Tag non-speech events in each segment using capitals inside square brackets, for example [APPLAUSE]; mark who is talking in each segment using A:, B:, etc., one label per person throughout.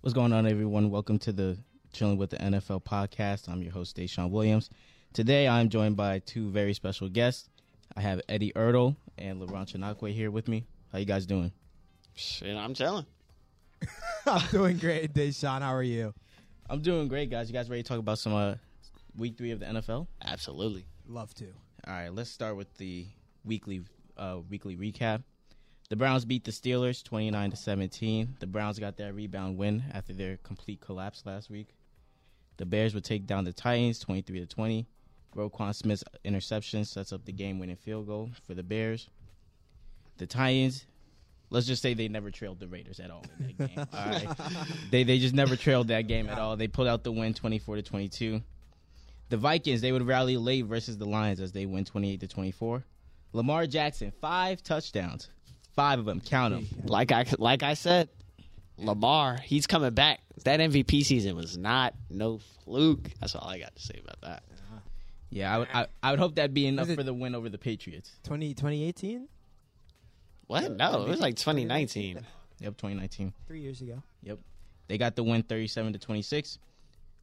A: What's going on, everyone? Welcome to the Chilling with the NFL podcast. I'm your host, Deshaun Williams. Today, I'm joined by two very special guests. I have Eddie Ertle and LeBron Chinakwe here with me. How you guys doing?
B: Shit, I'm chilling.
C: [LAUGHS] I'm doing great, Deshaun. How are you?
A: I'm doing great, guys. You guys ready to talk about some uh, week three of the NFL?
B: Absolutely.
C: Love to.
A: All right, let's start with the weekly uh, weekly recap. The Browns beat the Steelers 29 to 17. The Browns got that rebound win after their complete collapse last week. The Bears would take down the Titans 23 to 20. Roquan Smith's interception sets up the game-winning field goal for the Bears. The Titans, let's just say they never trailed the Raiders at all in that game. all right. They they just never trailed that game at all. They pulled out the win 24 to 22. The Vikings, they would rally late versus the Lions as they win 28 to 24. Lamar Jackson, 5 touchdowns. 5 of them, count them.
B: Like I like I said, Lamar, he's coming back. That MVP season was not no fluke. That's all I got to say about that.
A: Yeah, I would I, I would hope that'd be enough
C: Is it-
A: for the win over the Patriots.
C: 20, 2018?
B: What? No, it was like 2019.
A: Yep, 2019.
C: Three years ago.
A: Yep. They got the win 37 to 26.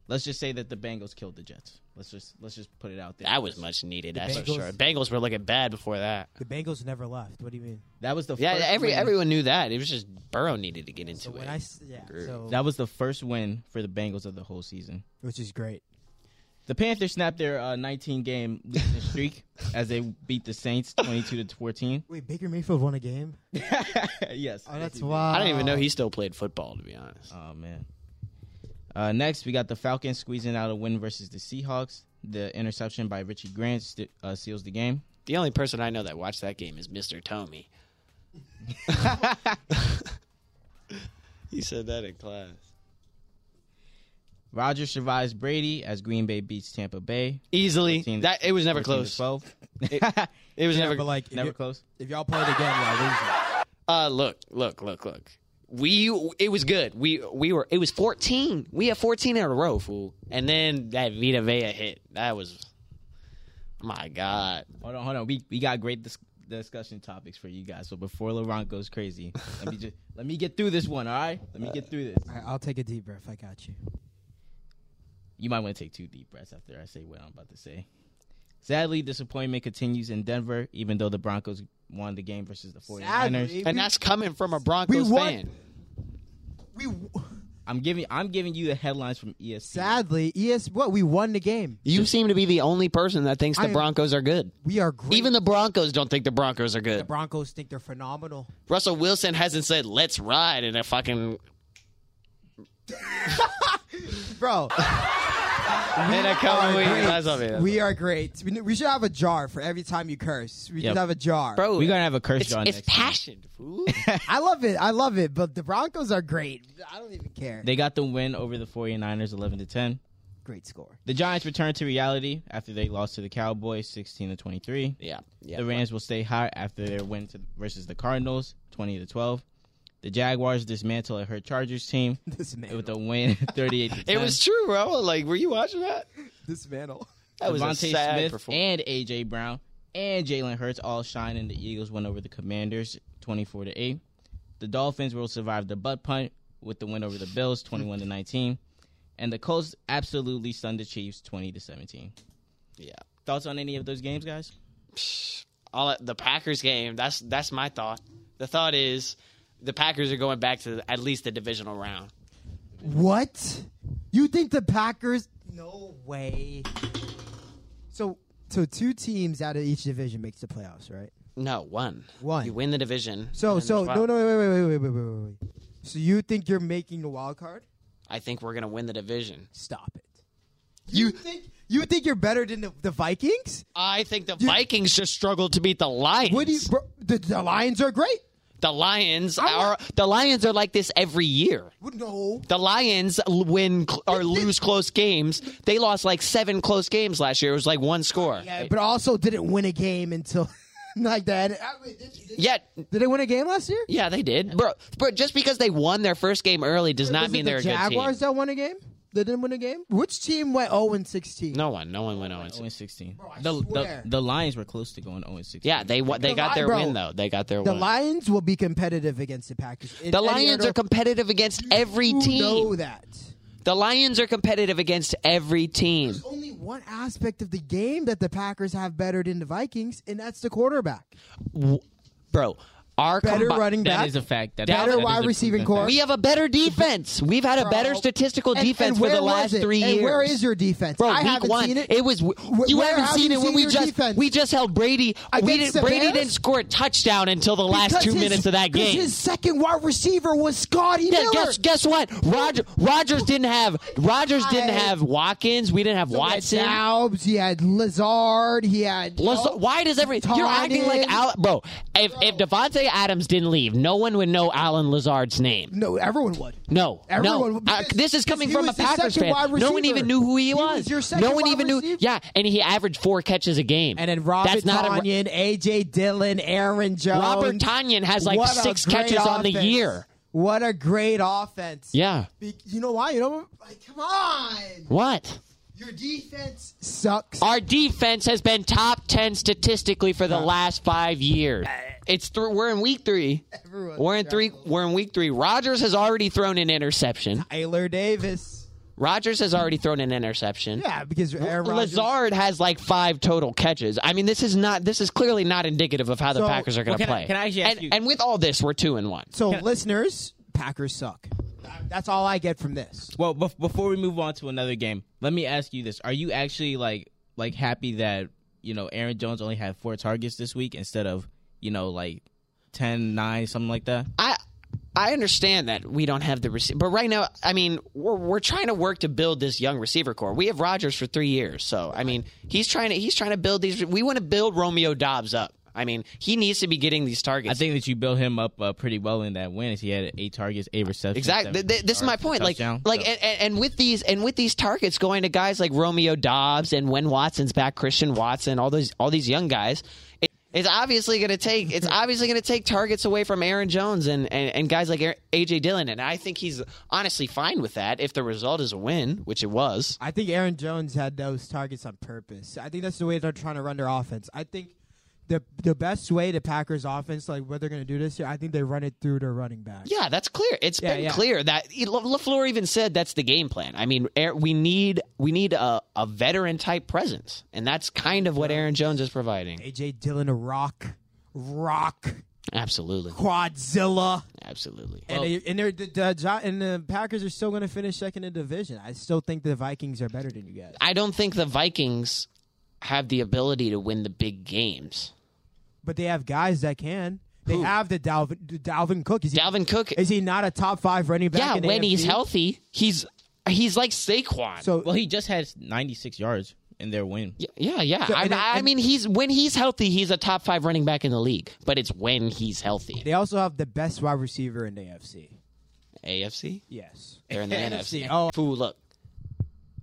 A: Let's just say that the Bengals killed the Jets. Let's just let's just put it out there.
B: That was much needed. That's for
C: Bengals-
B: sure. Bengals were looking bad before that.
C: The Bengals never left. What do you mean?
A: That was the
B: Yeah,
A: first
B: every
A: win-
B: everyone knew that. It was just Burrow needed to get into
C: So
B: it.
C: when I s- yeah,
B: Great.
C: so
A: That was the first win for the Bengals of the whole season.
C: which is great.
A: The Panthers snapped their uh, 19 game losing
C: [LAUGHS]
A: streak as they beat the Saints 22 to 14.
C: Wait, Baker Mayfield won a game.
A: yes.
C: Oh, that's
A: Yes, he did.
C: wild.
B: I don't even know he still played football, to be honest.
A: Oh man. Uh, next, we got the Falcons squeezing out a win versus the Seahawks. The interception by Richie Grant st- uh, seals the game.
B: The only person I know that watched that game is Mr. Tomey. [LAUGHS] he said that in class.
A: Rogers survives Brady as Green Bay beats Tampa Bay.
B: Easily.
A: 14
B: that it was never
A: 14 to
B: close.
A: 12.
B: It was
C: Yeah,
B: never
C: but like
A: [LAUGHS]
C: if,
A: Never
C: you-
A: close.
C: if y'all played again, y'all losing.
B: Uh, look, look, look, look. We it was good. We we were it was fourteen. We had fourteen in a row, fool. And then that Vita Vea hit. That was my God.
A: Hold on, hold on. We we got great dis- discussion topics for you guys. So before LeBron goes crazy, let me just let me get through this one. All right, let me get through this.
C: All right, I'll take a deep breath. I got you.
A: You might want to take two deep breaths after I say what I'm about to say. Sadly, disappointment continues in Denver, even though the Broncos won the game versus the 49ers.
B: And that's coming from a Broncos
C: we won-
B: fan.
C: we
A: I'm giving I'm giving you the headlines from E ESPN.
C: sadly, yes, what we won the game.
B: You seem to be the only person that thinks the
C: I am-
B: Broncos are good.
C: We are great.
B: Even the Broncos don't think the Broncos are
C: the
B: good.
C: Broncos think they're phenomenal.
B: Russell Wilson hasn't said "Let's ride" in a fucking
C: [LAUGHS] Bro,
B: in a couple
C: we,
B: weeks. Oh,
C: are
B: That's what I
C: great.
B: mean.
C: we are great. We, kn- we should have a jar for every time you curse. We
A: Yep.
C: should have a jar.
B: bro.
A: We're gonna have a curse
B: it's,
A: draw
B: it's
A: next. time.
B: passion,
A: [LAUGHS]
B: fool.
C: I love it. I love it. But the Broncos are great. I don't even care.
A: They got the win over the 49ers 11 to 10.
C: great score. [LAUGHS]
A: The Giants return to reality after they lost to the Cowboys 16 to 23.
B: yeah, yeah.
A: The Rams will stay hot after their win to, versus the Cardinals 20 to 12. The Jaguars dismantle a hurt Chargers team
C: Dismantle.
A: with a win [LAUGHS] 38 to 10.
B: It was true, bro. Like, were you watching that?
C: Dismantle.
B: That was a
A: Devontae
B: sad
A: Smith and
B: performance.
A: AJ Brown and Jalen Hurts all shine, and the Eagles win over the Commanders 24 to 8. The Dolphins will survive the butt punt with the win over the Bills 21 to 19, and the Colts absolutely stunned the Chiefs 20 to 17.
B: Yeah.
A: Thoughts on any of those games, guys?
B: All the Packers game. That's that's my thought. The thought is the Packers are going back to at least the divisional round.
C: What? You think the Packers? No way. So, so two teams out of each division makes the playoffs, right?
B: No, one.
C: One.
B: You win the division.
C: So,
B: and
C: so
B: the
C: no,
B: twelve.
C: no, wait, wait, wait, wait, wait, wait, wait, wait. So you think you're making the wild card?
B: I think we're gonna win the division.
C: Stop it. You, think you think you're better than the, the Vikings?
B: I think the Vikings just struggled to beat the Lions.
C: What do you? Bro, the, the Lions are great.
B: the Lions
C: I'm
B: are
C: not-
B: the Lions are like this every year.
C: No,
B: The Lions l- win cl- or lose close games. They lost like seven close games last year. It was like one score.
C: yeah, but also didn't win a game until [LAUGHS] like that. I mean, did- did-
B: Yet
C: Did they win a game last year?
B: Yeah, they did, bro. Bro, just because they won their first game early does not
C: Was it
B: mean they're
C: the
B: a
C: Jaguars
B: good team.
C: that won a game. They didn't win a game. Which team went 0 and 16?
B: No one, no one went on.
A: 0 16.
C: Bro, I
A: The, the
C: swear.
A: the Lions were close to going 0 16.
B: Yeah, they wa- they
C: The
B: got
C: Li-
B: their
C: bro,
B: win though. They got their
C: The
B: win.
C: Lions will be competitive against the Packers. In
B: the
C: any
B: Lions
C: other-
B: are competitive against every
C: You Know
B: team.
C: that.
B: The Lions are competitive against every team.
C: There's only one aspect of the game that the Packers have better than the Vikings, and that's the quarterback.
B: W- Bro, our
C: Better
B: combi-
C: running
A: That
C: back.
A: is a fact. That
B: Better
A: that is
C: wide
A: a proven
C: receiving
A: fact.
C: core.
B: We have a better defense. We've had a better
C: Bro.
B: statistical
C: And-
B: defense
C: and
B: for
C: where
B: the
C: was
B: last
C: it?
B: three years.
C: And where is your defense?
B: Bro,
C: I
B: week
C: haven't
B: one,
C: seen it.
B: was.
C: Wh-
B: you
C: where
B: haven't
C: have
B: seen
C: you
B: it when
C: seen
B: we
C: your
B: just
C: defense?
B: we just held Brady. We
C: Against
B: didn't. Brady
C: Savannah?
B: didn't score a touchdown until the last
C: Because
B: two
C: his-
B: minutes of that
C: because
B: game.
C: His second wide receiver was Scotty
B: Yeah,
C: Miller.
B: guess guess what? Roger Rogers didn't have Rogers didn't
C: I-
B: have Watkins. We didn't have Watson.
C: He had Daubs, he had Lazard, he had
B: Let's- why does every you're acting like
C: Targeted.
B: Al, bro? If if Devontae Adams didn't leave, no one would know Alan Lazard's name.
C: no, everyone would.
B: No,
C: Everyone
B: no.
C: would- because-
B: Uh, this is coming from
C: because he
B: a
C: was the
B: Packers
C: second
B: fan.
C: wide
B: No one
C: receiver.
B: even knew who he
C: He
B: was.
C: was your second
B: no one
C: wide
B: even knew.
C: receiver.
B: Yeah, and he averaged four catches a game.
C: And then Robert
B: That's not a-
C: Tonyan, AJ Dillon, Aaron Jones.
B: Robert Tonyan has like
C: What a
B: six
C: great
B: catches on the
C: offense.
B: year.
C: What a great offense.
B: Yeah.
C: Be- You know why? You know like come on.
B: What?
C: Your defense sucks.
B: Our defense has been top ten statistically for the last five
A: Uh,
B: years. It's th- we're in week three.
C: Everyone
B: We're in three. We're in week three. Rogers has already thrown an interception.
C: Taylor Davis.
B: Rogers has already thrown an interception.
C: Yeah, because Aaron Rodgers-
B: Lazard has like five total catches. I mean, this is not. This is clearly not indicative of how the
C: So-
B: Packers are going
A: Well,
B: to
A: can I-
B: play.
A: can I actually ask
B: and,
A: you-
B: and with all this, we're two and one.
C: So listeners, Packers suck. That's all I get from this.
A: Well, bef- before we move on to another game, let me ask you this: Are you actually like like happy that you know Aaron Jones only had four targets this week instead of you know like 10, 9, something like that?
B: I I understand that we don't have the receiver, but right now, I mean, we're we're trying to work to build this young receiver core. We have Rodgers for three years, so I mean, he's trying to he's trying to build these. We want to build Romeo Dobbs up. I mean, he needs to be getting these targets.
A: I think that you built him up uh, pretty well in that win. He had eight targets, eight receptions.
B: Exactly.
A: seven
B: Th- th- this is my
A: yards, a
B: point. Like,
A: touchdown.
B: like,
A: So-
B: and, and, and with these, and with these targets going to guys like Romeo Dobbs and when Watson's back, Christian Watson, all those, all these young guys, it, it's obviously going to
A: [LAUGHS]
B: take, it's obviously going to take targets away from Aaron Jones and, and, and guys like Aaron- AJ Dillon. And I think he's honestly fine with that if the result is a win, which it was.
C: I think Aaron Jones had those targets on purpose. I think that's the way they're trying to run their offense. I think the the best way the Packers offense, like what they're going to do this year, I think they run it through their running back.
B: Yeah, that's clear. It's
C: Yeah,
B: been
C: yeah.
B: clear that La- Lafleur even said that's the game plan. I mean, Aar- we need we need a, a veteran type presence, and that's kind of what Aaron Jones is providing.
C: AJ Dillon, rock, rock,
B: Absolutely.
C: quadzilla,
B: Absolutely.
C: and they, and, they're, the, the, Jo- and the Packers are still going to finish second in the division. I still think the Vikings are better than you guys.
B: I don't think the Vikings have the ability to win the big games.
C: But they have guys that can. They
B: Who?
C: have the Dalvin, the Dalvin Cook. Is he,
B: Dalvin Cook,
C: is he not a top five running back?
B: yeah,
C: in the
B: when he's
C: AFC?
B: healthy, he's he's like Saquon.
C: So
A: well, he just had 96 yards in their win.
B: Y- yeah, yeah.
C: So,
B: I,
C: and-
B: I
C: and-
B: mean, he's when he's healthy, he's a top five running back in the league. But it's when he's healthy.
C: they also have the best wide receiver in the AFC.
B: AFC,
C: Yes.
B: they're
C: [LAUGHS]
B: in the NFC.
C: Oh.
B: Fool, look.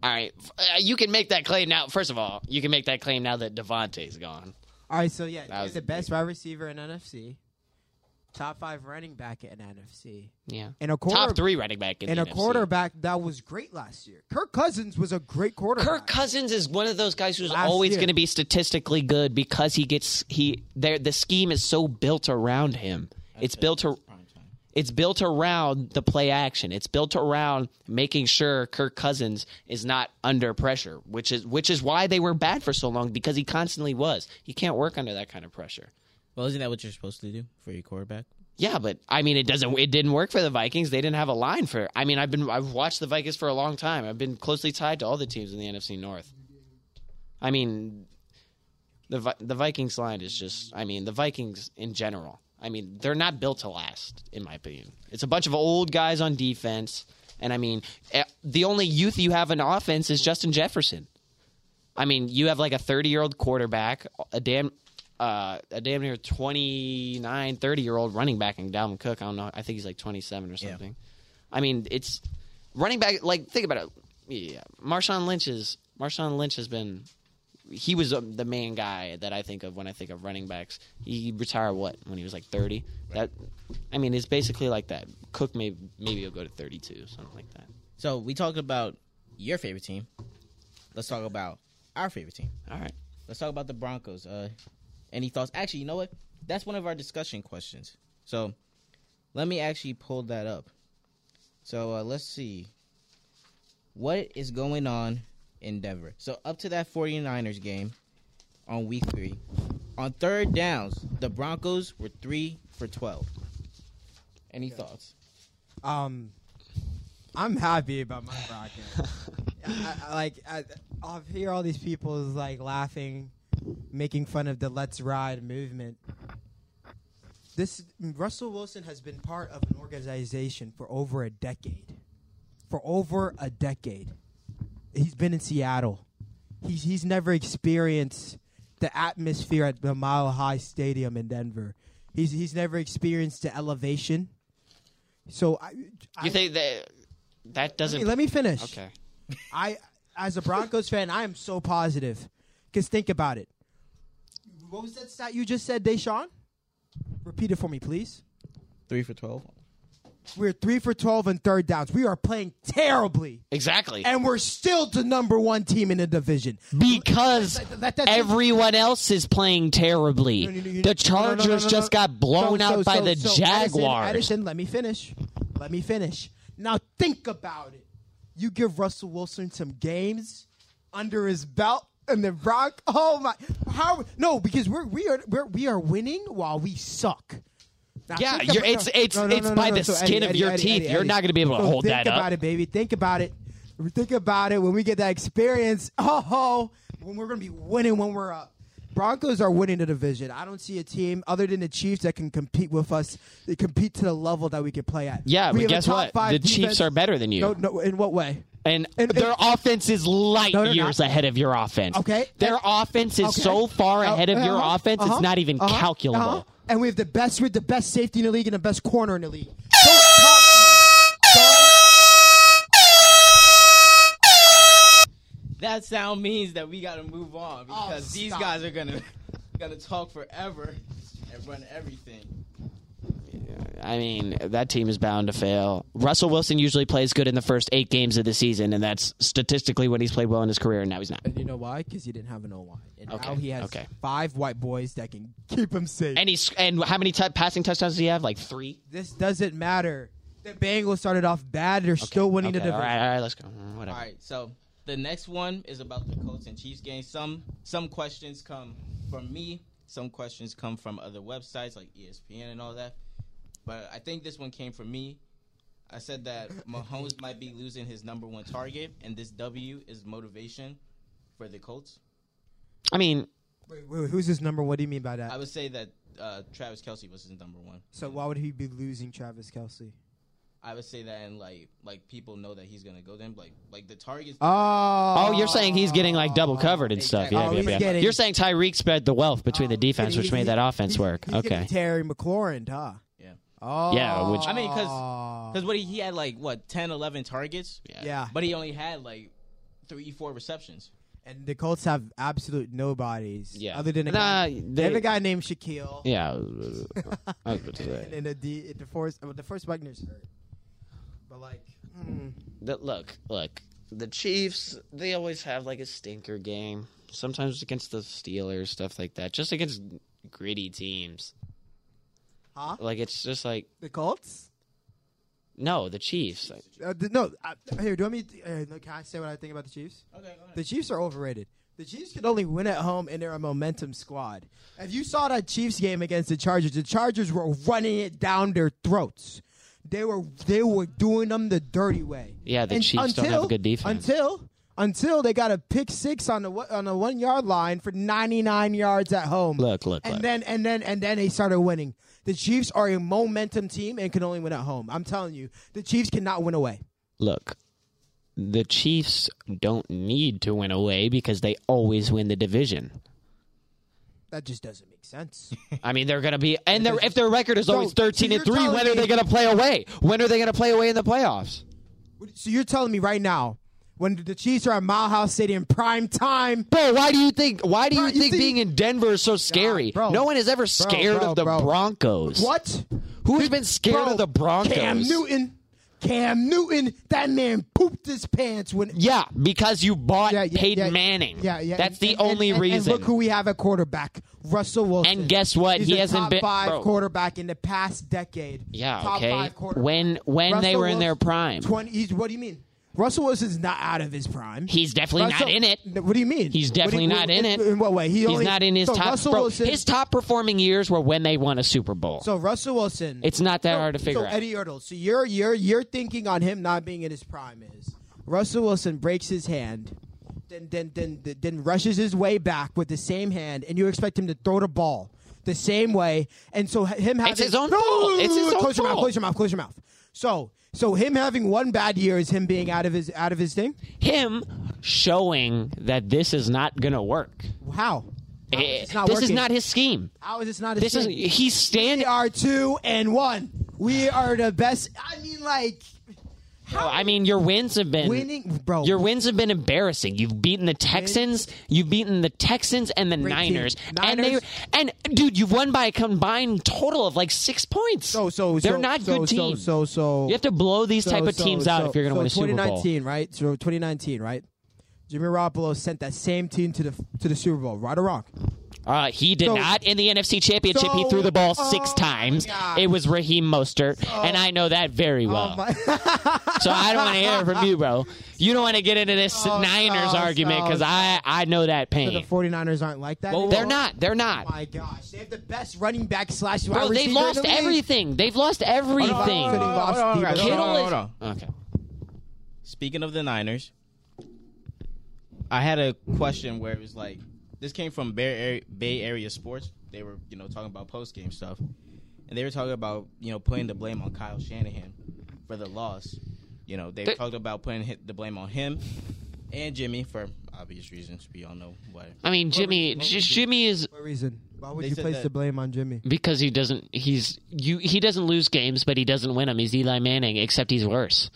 B: All right, f- uh, you can make that claim now. First of all, you can make that claim now that Devontae's gone.
C: All right, so yeah,
B: was
C: he's the
B: big.
C: best wide receiver in NFC, top five running back in NFC,
B: Yeah,
C: and a quarter
B: top three running back in
C: and
B: the
C: a
B: NFC.
C: quarterback that was great last year. Kirk Cousins was a great
B: [LAUGHS]
C: quarterback.
B: Kirk Cousins is one of those guys who's
C: Last
B: always
C: year.
B: going to be statistically good because he gets he there the scheme is so built around him. It's built ar-
A: Prime time.
B: it's built around the play action. It's built around making sure Kirk Cousins is not under pressure, which is which is why they were bad for so long because he constantly was. He can't work under that kind of pressure.
A: Well, isn't that what you're supposed to do for your quarterback?
B: Yeah, but I mean, it doesn't. It didn't work for the Vikings. They didn't have a line for. I mean, I've been. I've watched the Vikings for a long time. I've been closely tied to all the teams in the NFC North. I mean, the Vi- the Vikings line is just. I mean, the Vikings in general. I mean, they're not built to last, in my opinion. It's a bunch of old guys on defense, and I mean, eh, the only youth you have in offense is Justin Jefferson. I mean, you have like a 30 year old quarterback, a damn, uh, a damn near 29, 30 year old running back, and Dalvin Cook. I don't know. I think he's like 27 or something. I mean, it's running back. Like, think about it. Yeah, Marshawn Lynch is Marshawn Lynch has been. He was um, the main guy that I think of when I think of running backs. He retired what when he was like 30. That, I mean, it's basically like that. Cook may maybe he'll go to 32, something like that.
A: So we talked about your favorite team. Let's talk about our favorite team.
B: All right.
A: Let's talk about the Broncos. Uh, any thoughts? Actually, you know what? That's one of our discussion questions. So let me actually pull that up. So uh, let's see. What is going on in Denver? So up to that 49ers game on week three, on third downs, the Broncos were three for 12. Any thoughts?
C: Um, I'm happy about my Broncos. I, I, like, I, I hear all these people like laughing, making fun of the "Let's Ride" movement. This Russell Wilson has been part of an organization for over a decade. For over a decade, he's been in Seattle. He's he's never experienced the atmosphere at the Mile High Stadium in Denver. He's he's never experienced the elevation. So I, I
B: You think that that
C: let
B: doesn't?
C: me, let me finish.
B: okay.
C: I, as a Broncos fan, I am so positive. Cause think about it. What was that stat you just said, Deshaun? Repeat it for me, please.
A: Three for 12?
C: We're three for twelve and third downs. We are playing terribly,
B: Exactly.
C: and we're still the number one team in the division.
B: because
C: That- that- that's-
B: everyone else is playing terribly.
C: No, no, no,
B: the
C: you- no, no, no,
B: Chargers
C: no, no.
B: just got blown
C: So-
B: out
C: so-
B: by
C: so-
B: the
C: so,
B: Jaguars.
C: Addison, Addison, let me finish. Let me finish. Now think about it. You give Russell Wilson some games under his belt, and then Brock. Oh my! How? No, because we're we are we're, we are winning while we suck. Now,
B: Yeah,
C: think
B: you're-
C: about-
B: it's- it's- it's by the skin of your teeth. You're not gonna be able to
C: So
B: hold
C: think
B: that up.
C: about it, baby. Think about it. Think about it. When we get that experience, [LAUGHS] oh, when we're gonna be winning when we're up. Broncos are winning the division. I don't see a team other than the Chiefs that can compete with us. They compete to the level that we can play at.
B: yeah,
C: we
B: but
C: have a
B: guess
C: top
B: what?
C: five
B: The
C: defense.
B: Chiefs are better than you.
C: No, no. In what way?
B: and,
C: and-
B: their offense is light
C: No, they're
B: years
C: not.
B: ahead of your offense.
C: Okay.
B: Their offense is
C: Okay.
B: so far
C: Uh,
B: ahead of your
C: uh-huh,
B: offense,
C: uh-huh,
B: it's not even
C: uh-huh,
B: calculable.
C: uh-huh. And we have the best. We have the best safety in the league and the best corner in the league. Don't talk to me. Don't-
A: That sound means that we gotta move on because these
C: stop.
A: guys are gonna [LAUGHS] gonna talk forever and run everything.
B: I mean, that team is bound to fail. Russell Wilson usually plays good in the first eight games of the season, and that's statistically when he's played well in his career, and now he's not.
C: You know why? Because he didn't have an O line, and
B: Okay,
C: now he has
B: okay.
C: five white boys that can keep him safe.
B: And he's and how many t- passing touchdowns does he have? Like three.
C: this doesn't matter. The Bengals started off bad; they're still winning the
B: Okay, all
C: division.
B: right, all right, let's go. Mm, Whatever.
A: All right, so the next one is about the Colts and Chiefs game. Some some questions come from me, some questions come from other websites like E ESPN and all that. But I think this one came from me. I said that Mahomes might be losing his number one target, and this W is motivation for the Colts.
B: I mean,
C: Wait, wait, wait, who's his number? What do you mean by that?
A: I would say that uh, Travis Kelsey was his number one.
C: so why would he be losing Travis Kelsey?
A: I would say that, and like like people know that he's gonna go them. Like like the targets.
C: Oh,
B: oh, you're saying [LAUGHS] he's getting like double covered and stuff. Yeah,
A: Oh,
B: yeah,
A: he's
B: yeah.
C: getting-
B: You're saying Tyreek spread the wealth between the
C: Oh, he's
B: defense,
C: getting-
B: which
C: he's-
B: made
C: [LAUGHS]
B: that offense
C: he's-
B: work.
C: he's getting
B: Okay.
C: Terry McLaurin, huh?
A: Yeah.
C: Oh,
B: Yeah, which-
A: I mean, Because what he, he had like what 10, 11 targets,
C: yeah,
A: but he only had like three, four receptions.
C: and the Colts have absolute nobodies.
B: Yeah.
C: other than a
B: Nah,
C: guy,
B: they-
C: they have a guy named Shaquille.
B: Yeah. uh, I was about to say.
C: and, [LAUGHS] and the, D, the force, well, the first Wagner's hurt, but like, mm,
B: that look, look, the Chiefs, they always have like a stinker game. Sometimes against the Steelers, stuff like that. Just against gritty teams.
C: huh?
B: Like it's just like
C: The Colts?
B: no, the Chiefs. Like,
C: Uh, th- no, I, here. Do you want me? To, uh, no, can I say what I think about the Chiefs?
A: Okay, go
C: The Chiefs are overrated. The Chiefs could only win at home, and they're a momentum squad. If you saw that Chiefs game against the Chargers, the Chargers were running it down their throats. They were they were doing them the dirty way.
B: Yeah, the Chiefs don't have a good defense.
C: Until until they got a pick six on the wa- on the one yard line for ninety nine yards at home.
B: Look, look,
C: and
B: look.
C: then and then and then they started winning. The Chiefs are a momentum team and can only win at home. I'm telling you, the Chiefs cannot win away.
B: look, the Chiefs don't need to win away because they always win the [LAUGHS] division.
C: That just doesn't make sense.
B: I mean, they're going to be, and their if their record is always
C: So,
B: thirteen
C: so
B: and
C: you're
B: three, when
C: telling
B: are they
C: me-
B: going to play away? When are they going to play away in the playoffs?
C: so you're telling me right now, when the Chiefs are at Mile High City in prime time,
B: Bro, why do you think? Why do you
C: Bro, you
B: think
C: see-
B: being in Denver is so scary?
C: bro.
B: no one is ever scared
C: bro,
B: of the
C: bro.
B: Broncos.
C: what?
B: Who has been scared
C: Bro,
B: of the Broncos?
C: Cam Newton. Cam Newton, that man pooped his pants when.
B: Yeah, because you bought
C: Yeah, yeah,
B: Peyton
C: yeah.
B: Manning.
C: Yeah, yeah.
B: That's
C: and-
B: the
C: and-
B: only
C: and- and
B: reason.
C: look who we have at quarterback, Russell Wilson.
B: And guess what?
C: He's
B: He
C: a
B: hasn't
C: top
B: been-
C: five
B: bro.
C: quarterback in the past decade.
B: yeah,
C: top
B: okay.
C: Five quarterback.
B: When when they
C: Russell
B: were in their
C: Wilson-
B: prime,
C: twenty. He's, what do you mean? Russell Wilson's not out of his prime.
B: he's definitely
C: Russell-
B: not in it.
C: What do you mean?
B: He's
C: What do you-
B: definitely not in it.
C: In what way? He
B: He's
C: only-
B: not in his
C: so
B: top.
C: Russell
B: bro,
C: Wilson,
B: his top performing years were when they won a Super Bowl.
C: So Russell Wilson.
B: it's not that
C: so,
B: hard to figure
C: so
B: out.
C: Eddie Ertl. So your your your thinking on him not being in his prime is Russell Wilson breaks his hand, then then then then rushes his way back with the same hand, and you expect him to throw the ball the same way, and so him having
B: his own
C: no,
B: fault. It's his own
C: close your mouth,
B: fault.
C: close your mouth, close your mouth. So so him having one bad year is him being out of his out of his thing.
B: Him showing that this is not gonna work.
C: How? How
B: Eh,
C: is
B: this
C: this not
B: is
C: working?
B: not his scheme.
C: How is this not his
B: This is
C: thing?
B: he's
C: We
B: standing.
C: are two and one. We are the best. I mean, like
B: I mean, your wins have been
C: winning, bro.
B: Your wins have been embarrassing. You've beaten the Texans, you've beaten the Texans and the
C: team.
B: Niners, and they
C: Niners.
B: and dude, you've won by a combined total of like six points.
C: so so
B: they're
C: so,
B: not
C: so,
B: good
C: so,
B: teams.
C: So so,
B: you have to blow these
C: so,
B: type of
C: so,
B: teams
C: so,
B: out if you're going to
C: so
B: win a Super Bowl.
C: 2019, right? So 2019, right? Jimmy Garoppolo sent that same team to the to the Super Bowl, right or wrong?
B: Uh, he did
C: So-
B: not in the NFC Championship. he
C: So-
B: threw the ball
C: oh
B: six
C: my
B: times.
C: God. Oh
B: It was Raheem Mostert, and I know that very well.
C: my-
B: so I don't want to hear it from you,
C: [LAUGHS]
B: bro. You don't want to get into this
C: Oh,
B: Niners
C: no,
B: argument
C: no,
B: because
C: no.
B: I I know that
C: So [LAUGHS] the
B: pain.
C: 49ers aren't like that.
B: They're
C: anymore?
B: not. They're not.
C: Oh my gosh, they have the best running back slash wide
B: Bro,
C: receiver.
B: they
C: in
B: lost
C: the league.
B: everything. They've lost everything.
A: Hold on, hold on, hold on, guys, hold on,
B: Kittle
A: hold
B: is-
A: on.
B: Okay.
A: Speaking of the Niners, I had a question where it was like, this came from Bay Area, Bay Area Sports. They were, you know, talking about post game stuff, and they were talking about, you know, putting the blame on Kyle Shanahan for the loss. You know, they
B: They-
A: talked about putting hi- the blame on him and Jimmy for obvious reasons. We all know why.
B: I mean, Jimmy.
A: what
B: J-
A: would you-
B: Jimmy is
C: What reason? Why would
A: They
C: you
A: said
C: place
A: that-
C: the blame on Jimmy?
B: because he doesn't. He's you. He doesn't lose games, but he doesn't win them. He's Eli Manning, except he's worse.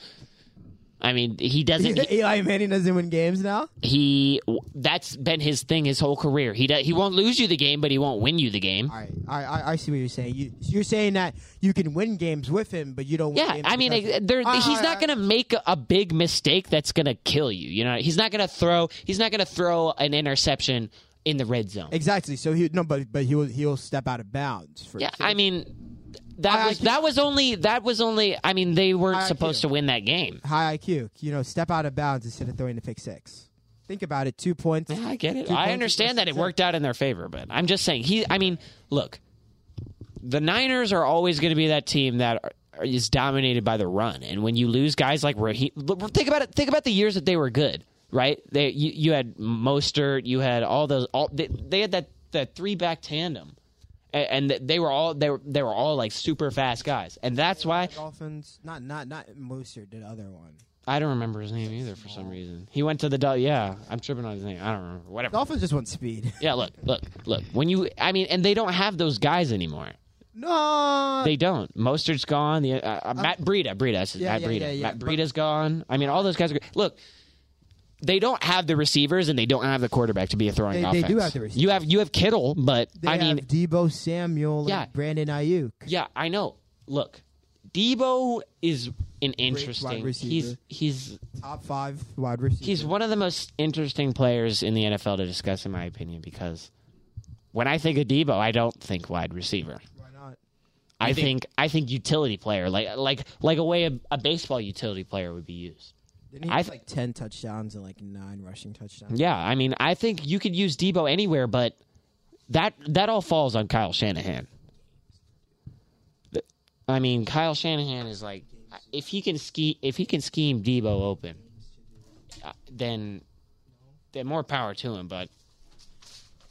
B: I mean, he doesn't. [LAUGHS]
C: [LAUGHS]
B: he-
C: Eli Manning doesn't win games now.
B: He that's been his thing his whole career. He do, he won't lose you the game, but he won't win you the game.
C: All right, I, I, I see what you're saying. You, you're saying that you can win games with him, but you don't. Win
B: Yeah,
C: games
B: I mean,
C: because-
B: eh, there,
C: All right,
B: he's
C: all
B: not
C: right,
B: going to make a, a big mistake that's going to kill you. You know, he's not going to throw. He's not going to throw an interception in the red zone.
C: Exactly. So he no, but but he'll he'll step out of bounds. For
B: Yeah, I mean, that
C: I- I
B: was
C: keep-
B: that was only that was only. I mean, they weren't
C: I- I
B: supposed to
C: keep-
B: win that game.
C: high IQ. You know, step out of bounds instead of throwing the pick six. Think about it. Two points.
B: Yeah, I get it.
C: Two
B: I
C: points
B: understand that it
C: versus-
B: worked out in their favor, but I'm just saying he. I mean, look, the Niners are always going to be that team that are- is dominated by the run, and when you lose guys like Raheem, look, think about it. Think about the years that they were good, right? They you, you had Mostert, you had all those. All they, they had that that three back tandem. A- And th- they were all they were, they were all like super fast guys, and that's why
C: Dolphins. Not not not Mostert. The other one.
B: I don't remember his name either for some reason. He went to the Dol- yeah. I'm tripping on his name. I don't remember. Whatever.
C: Dolphins just want speed. [LAUGHS]
B: Yeah, look, look, look. When you, I mean, and they don't have those guys anymore.
C: no.
B: They don't. Mostert's gone. The uh, uh, Matt Breida, Breida, I said
C: Oh. yeah,
B: Matt
C: yeah,
B: Breida.
C: yeah, yeah.
B: Matt
C: But-
B: Breida's gone. I mean, all those guys are. Look, they don't have the receivers, and they don't have the quarterback to be a throwing
C: They- they
B: offense.
C: do have the receivers.
B: You have you have Kittle, but
C: They
B: I mean,
C: have Debo Samuel
B: Yeah.
C: and Brandon Ayuk.
B: yeah, I know. Look, Debo is an
C: wide
B: interesting.
C: receiver.
B: He's he's
C: Top five wide receiver.
B: He's one of the most interesting players in the NFL to discuss, in my opinion, because when I think of Debo, I don't think wide receiver.
C: Why not?
B: I
A: think-
B: think I think utility player, like like like a way a, a baseball utility player would be used.
C: Didn't he
B: I
C: have
B: th-
C: like ten touchdowns and like nine rushing touchdowns?
B: Yeah, I mean, I think you could use Debo anywhere, but that that all falls on Kyle Shanahan. Th- I mean, Kyle Shanahan is like if he can ski if he can scheme Debo open, uh, then then more power to him. But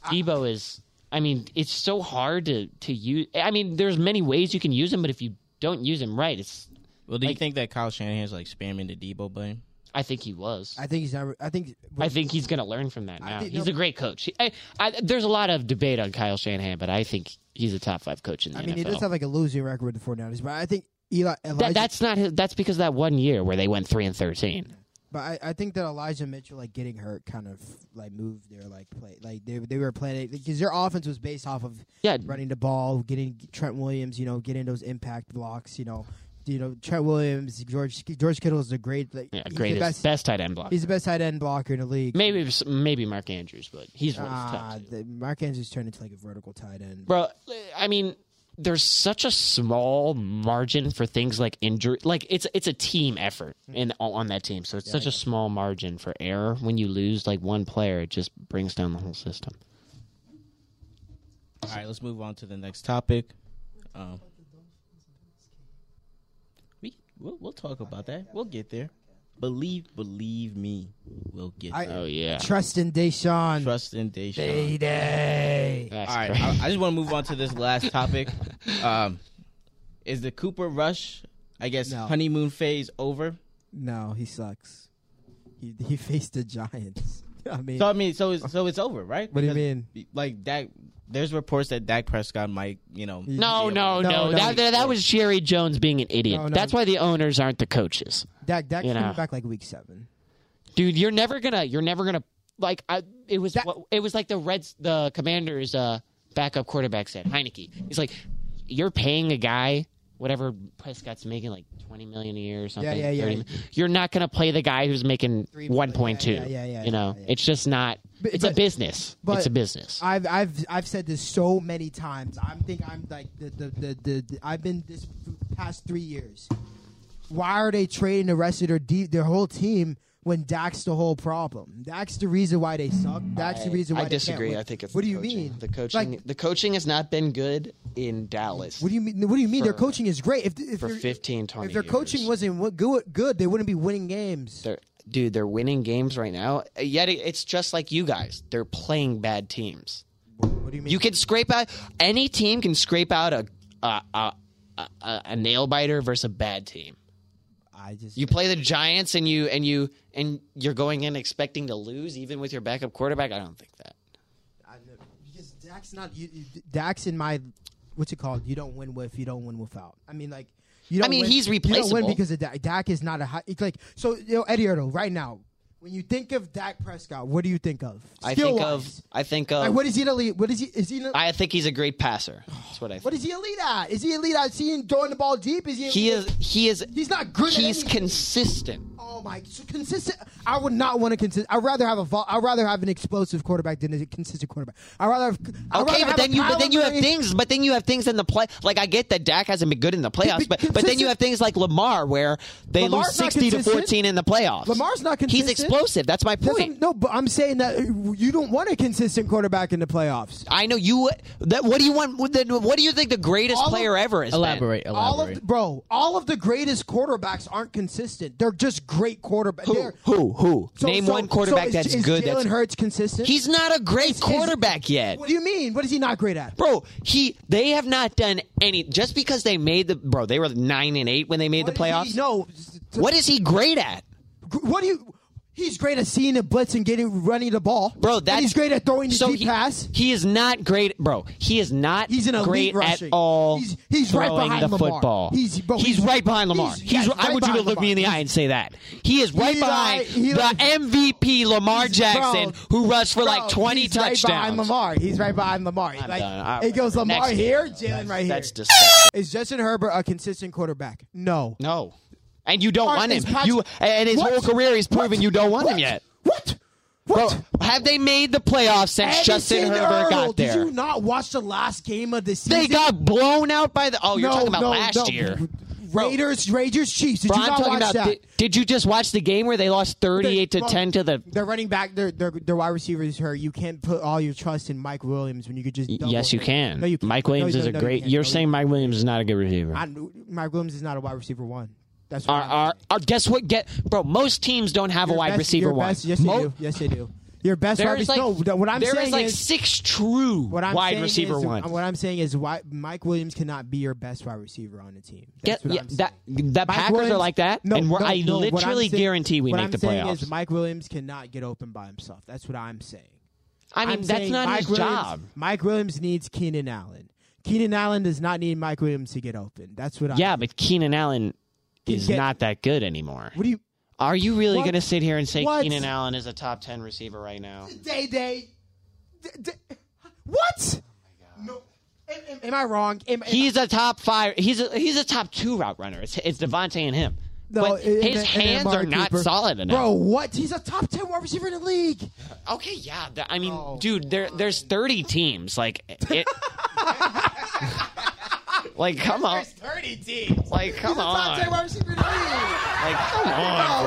B: Debo is, I mean, it's so hard to to use. I mean, there's many ways you can use him, but if you don't use him right, it's.
A: Well, do you
B: Like-
A: think that Kyle Shanahan's like spamming the Debo blame?
B: I think he was.
C: I think he's never. I think.
B: I think he's going to learn from that now.
C: think-
B: he's
C: no-
B: a great coach. I, I, there's a lot of debate on Kyle Shanahan, but I think he's a top five coach in the
C: I mean,
B: NFL.
C: he does have like a losing record with the 49ers, but I think Eli. Elijah,
B: That- that's not his, that's because of that one year where they went three and thirteen.
C: but I, I think that Elijah Mitchell like getting hurt kind of like moved their like play like they they were playing because their offense was based off of
B: Yeah,
C: running the ball, getting Trent Williams, you know, getting those impact blocks, you know, you know Trent Williams, George George Kittle is a great like
B: Yeah,
C: he's the
B: greatest
C: best-
B: best, tight end block.
C: He's the best tight end blocker in the league.
B: Maybe it was- maybe Mark Andrews, but he's one of the
C: Ah,
B: top two.
C: the, Mark Andrews turned into like a vertical tight end.
B: Bro, I mean, there's such a small margin for things like injury. Like it's it's a team effort
C: Hmm.
B: in on that team, so it's such a small margin for error. When you lose like one player, it just brings down the whole system.
A: All right, let's move on to the next topic. Um, we we'll, we'll talk about that. We'll get there. Believe believe me, we'll get
C: I-
A: there.
B: Oh yeah,
C: Trust in Deshaun.
A: Trust in Deshaun.
C: Day.
B: that's
A: All right,
B: crazy.
A: I, I just want to move on to this
C: [LAUGHS]
A: last topic. Um, is the Cooper Rush, I guess,
C: No.
A: honeymoon phase over?
C: No, he sucks. He he faced the Giants. [LAUGHS] I mean,
A: So I mean, so it's, so it's over, right?
C: what do you
A: Because,
C: mean?
A: Like Dak, there's reports that Dak Prescott might, you know,
C: He-
B: No, no, no,
C: No, no.
B: That, that, that was Jerry Jones being an idiot.
C: No, no.
B: That's why the owners aren't the coaches.
C: Dak Dak
B: You
C: came
B: know.
C: back like week seven.
B: Dude, you're never gonna, you're never gonna. Like I, it was,
C: That-
B: what, it was like the Reds, the Commanders' uh, backup quarterback said, Heineke. He's like, you're paying a guy whatever Prescott's making, like twenty million a year or something.
C: yeah, yeah.
B: 30 mi- You're not gonna play the guy who's making
C: Three million,
B: one point two.
C: yeah, yeah, yeah, yeah,
B: You know,
C: yeah.
B: it's just not.
C: But-
B: it's a
C: but-
B: business.
C: but-
B: it's a business.
C: I've I've I've said this so many times. I'm think I'm like the the the, the, the I've been this f- past three years. Why are they trading the rest of their de- their whole team when Dak's the whole problem? Dak's the reason why they suck. Dak's the reason why
B: I
C: they
B: disagree.
C: Can't win.
B: I think it's
C: what
B: the
C: do you
B: coaching.
C: mean
B: The coaching
C: Like,
B: the coaching has not been good in Dallas
C: what do you mean? What do you mean? their
B: For-
C: coaching is great. If if
B: for
C: you're-
B: 15 20
C: if their coaching
B: years.
C: wasn't wa- good, good, they wouldn't be winning games.
B: They're- dude, they're winning games right now. Uh, Yet it- it's just like you guys. They're playing bad teams.
C: What do you mean?
B: You can scrape out any team can scrape out a a a, a, a nail biter versus a bad team.
C: I just
B: You play the Giants and you and you and you're going in expecting to lose even with your backup quarterback. I don't think that.
C: I know, because Dak's not you, you- Dak's in my what's it called? You don't win with, you don't win without. I mean, like you don't.
B: mean,
C: win,
B: he's
C: You don't
B: replaceable.
C: win because of Dak. Dak is not a high. It's like so. You know, Eddie Erdo, right now, when you think of Dak Prescott, what do you think of?
B: I think of
C: Skill-wise.
B: I think of
C: like what is he elite? What is he? Is he? Elite,
B: I think he's a great passer. That's what I think.
C: what is he elite at? Is he elite at seeing throwing the ball deep? Is he?
B: He is he is
C: He's not good. at
B: he's
C: anything.
B: consistent.
C: Oh my! So consistent. I would not want to consist. I'd rather have a. Vol- I'd rather have an explosive quarterback than a consistent quarterback. I'd rather. Have, I'd rather
B: Okay,
C: have
B: but
C: a
B: then you but
C: Kyler
B: then you have
C: Murray-
B: things but then you have things in the play like I get that Dak hasn't been good in the playoffs,
C: He's
B: but
C: been
B: but then you
C: consistent.
B: have things like Lamar where they
C: Lamar's
B: lose
C: not
B: sixty to
C: consistent.
B: fourteen in the playoffs.
C: Lamar's not consistent.
B: He's explosive. That's my
C: That's-
B: point.
C: no, but I'm saying that uh, you don't want a consistent quarterback in the playoffs.
B: I know you. That, what do you want? what the- What do you think the greatest
C: All of-
B: player ever is?
A: elaborate,
C: All of
A: elaborate.
C: the, bro, all of the greatest quarterbacks aren't consistent. They're just great quarterbacks.
B: Who? Who? Who?
C: So,
B: Name
C: so-
B: one quarterback
C: so is,
B: that's
C: is
B: good.
C: Jalen
B: That's
C: Hurts consistent.
B: he's not a great
C: is-
B: quarterback yet.
C: What do you mean? What is he not great at?
B: Bro, he they have not done any just because they made the bro, they were nine and eight when they made
C: What
B: the
C: is he-
B: playoffs.
C: no.
B: What is he great at?
C: Gr- What do you? He's great at seeing the blitz and getting running the ball,
B: Bro,
C: And
B: that's
C: he's great at throwing the
B: so
C: deep
B: he,
C: pass.
B: He is not great, bro. He is not.
C: He's an elite
B: great
C: rushing.
B: at all.
C: He's- he's right
B: throwing
C: behind
B: the
C: Lamar.
B: football.
C: He's- bro,
B: he's,
C: he's-
B: right behind Lamar.
C: he's-
B: He's,
C: yeah, he's
B: I
C: right
B: want you to
C: behind
B: look me in the
C: Lamar.
B: eye and say that he is right
C: He's
B: behind
C: right- he-
B: the MVP Lamar
C: He's- bro,
B: Jackson, who rushed for like
C: Bro,
B: twenty
C: he's
B: touchdowns.
C: Right behind Lamar. He's right behind Lamar. like
B: done. I-
C: it goes Lamar
B: next.
C: here, Jalen right
B: That's
C: here.
B: disgusting.
C: Is Justin Herbert a consistent quarterback? No.
B: no, and you don't
C: All right,
B: want
C: is
B: him.
C: Patrick-
B: you and his
C: What?
B: whole career, he's proven
C: What?
B: you don't want
C: what?
B: him yet.
C: What?
B: Bro,
C: What?
B: have they made the playoffs since
C: Eddie
B: Justin
C: Saint
B: Herbert
C: Earl,
B: got there?
C: Did you not watch the last game of the season?
B: they got blown out by the. Oh, you're
C: no,
B: talking about
C: no,
B: last
C: no.
B: year.
C: Raiders, Raiders, Chiefs. Did
B: Bro,
C: you
B: I'm
C: not
B: talking
C: watch
B: about.
C: that?
B: Did, did you just watch the game where they lost 38 to
C: Bro,
B: 10 to the?
C: Their running back, their their their wide receiver is hurt. You can't put all your trust in Mike Williams when you could just. double
B: Yes, you
C: him.
B: can.
C: No, you can't.
B: Mike
C: No,
B: Williams
C: no,
B: is a
C: no, you
B: great.
C: can't.
B: You're
C: No, you
B: saying Mike Williams is not a good receiver.
C: I, Mike Williams is not a wide receiver one. That's
B: Our,
C: what I'm saying.
B: our, our, guess what? Get bro. Most teams don't have a
C: Your
B: wide
C: best-
B: receiver
C: your
B: one.
C: Best, yes,
B: Mo-
C: you do. Yes, you do. Your best wide
B: There is
C: receiver.
B: like
C: no, what I'm
B: there
C: saying
B: is like
C: is
B: six true
C: what I'm
B: wide
C: saying
B: receiver
C: is,
B: ones.
C: What I'm saying is why Mike Williams cannot be your best wide receiver on the team. That's
B: Get,
C: what
B: yeah,
C: I'm
B: that
C: saying.
B: that
C: Mike
B: Packers are
C: Williams-
B: like that,
C: No,
B: and we're,
C: no,
B: I
C: no, what I'm
B: literally
C: saying-
B: guarantee we
C: what
B: make
C: I'm
B: the
C: saying
B: playoffs.
C: Is Mike Williams cannot get open by himself. That's what I'm saying.
B: I mean,
C: I'm
B: that's
C: saying
B: not
C: Mike
B: his
C: Williams,
B: job.
C: Mike Williams needs Keenan Allen. Keenan Allen does not need Mike Williams to get open. That's what I.
B: Yeah, but Keenan Allen is
C: get-
B: not that good anymore.
C: What do you?
B: Are you really
C: What?
B: going to sit here and say
C: What?
B: Keenan Allen is a top 10 receiver right now?
C: Day day. D- d- what? No. Am, am- am I wrong? Am- am
B: He's a top five. He's a he's a top two route runner. It's it's Devontae and him.
C: No,
B: but
C: and-
B: his
C: and- and
B: hands
C: Amari
B: are not
C: Cooper.
B: solid enough.
C: Bro, what? He's a top ten wide receiver in the league.
B: Okay, yeah. th- I mean,
C: Oh,
B: dude, there there's 30 teams. Like it. [LAUGHS] like come on.
C: Thirty teams.
B: Like come
C: He's a top ten
B: on.
C: wide receiver in the league.
B: Like come
C: No,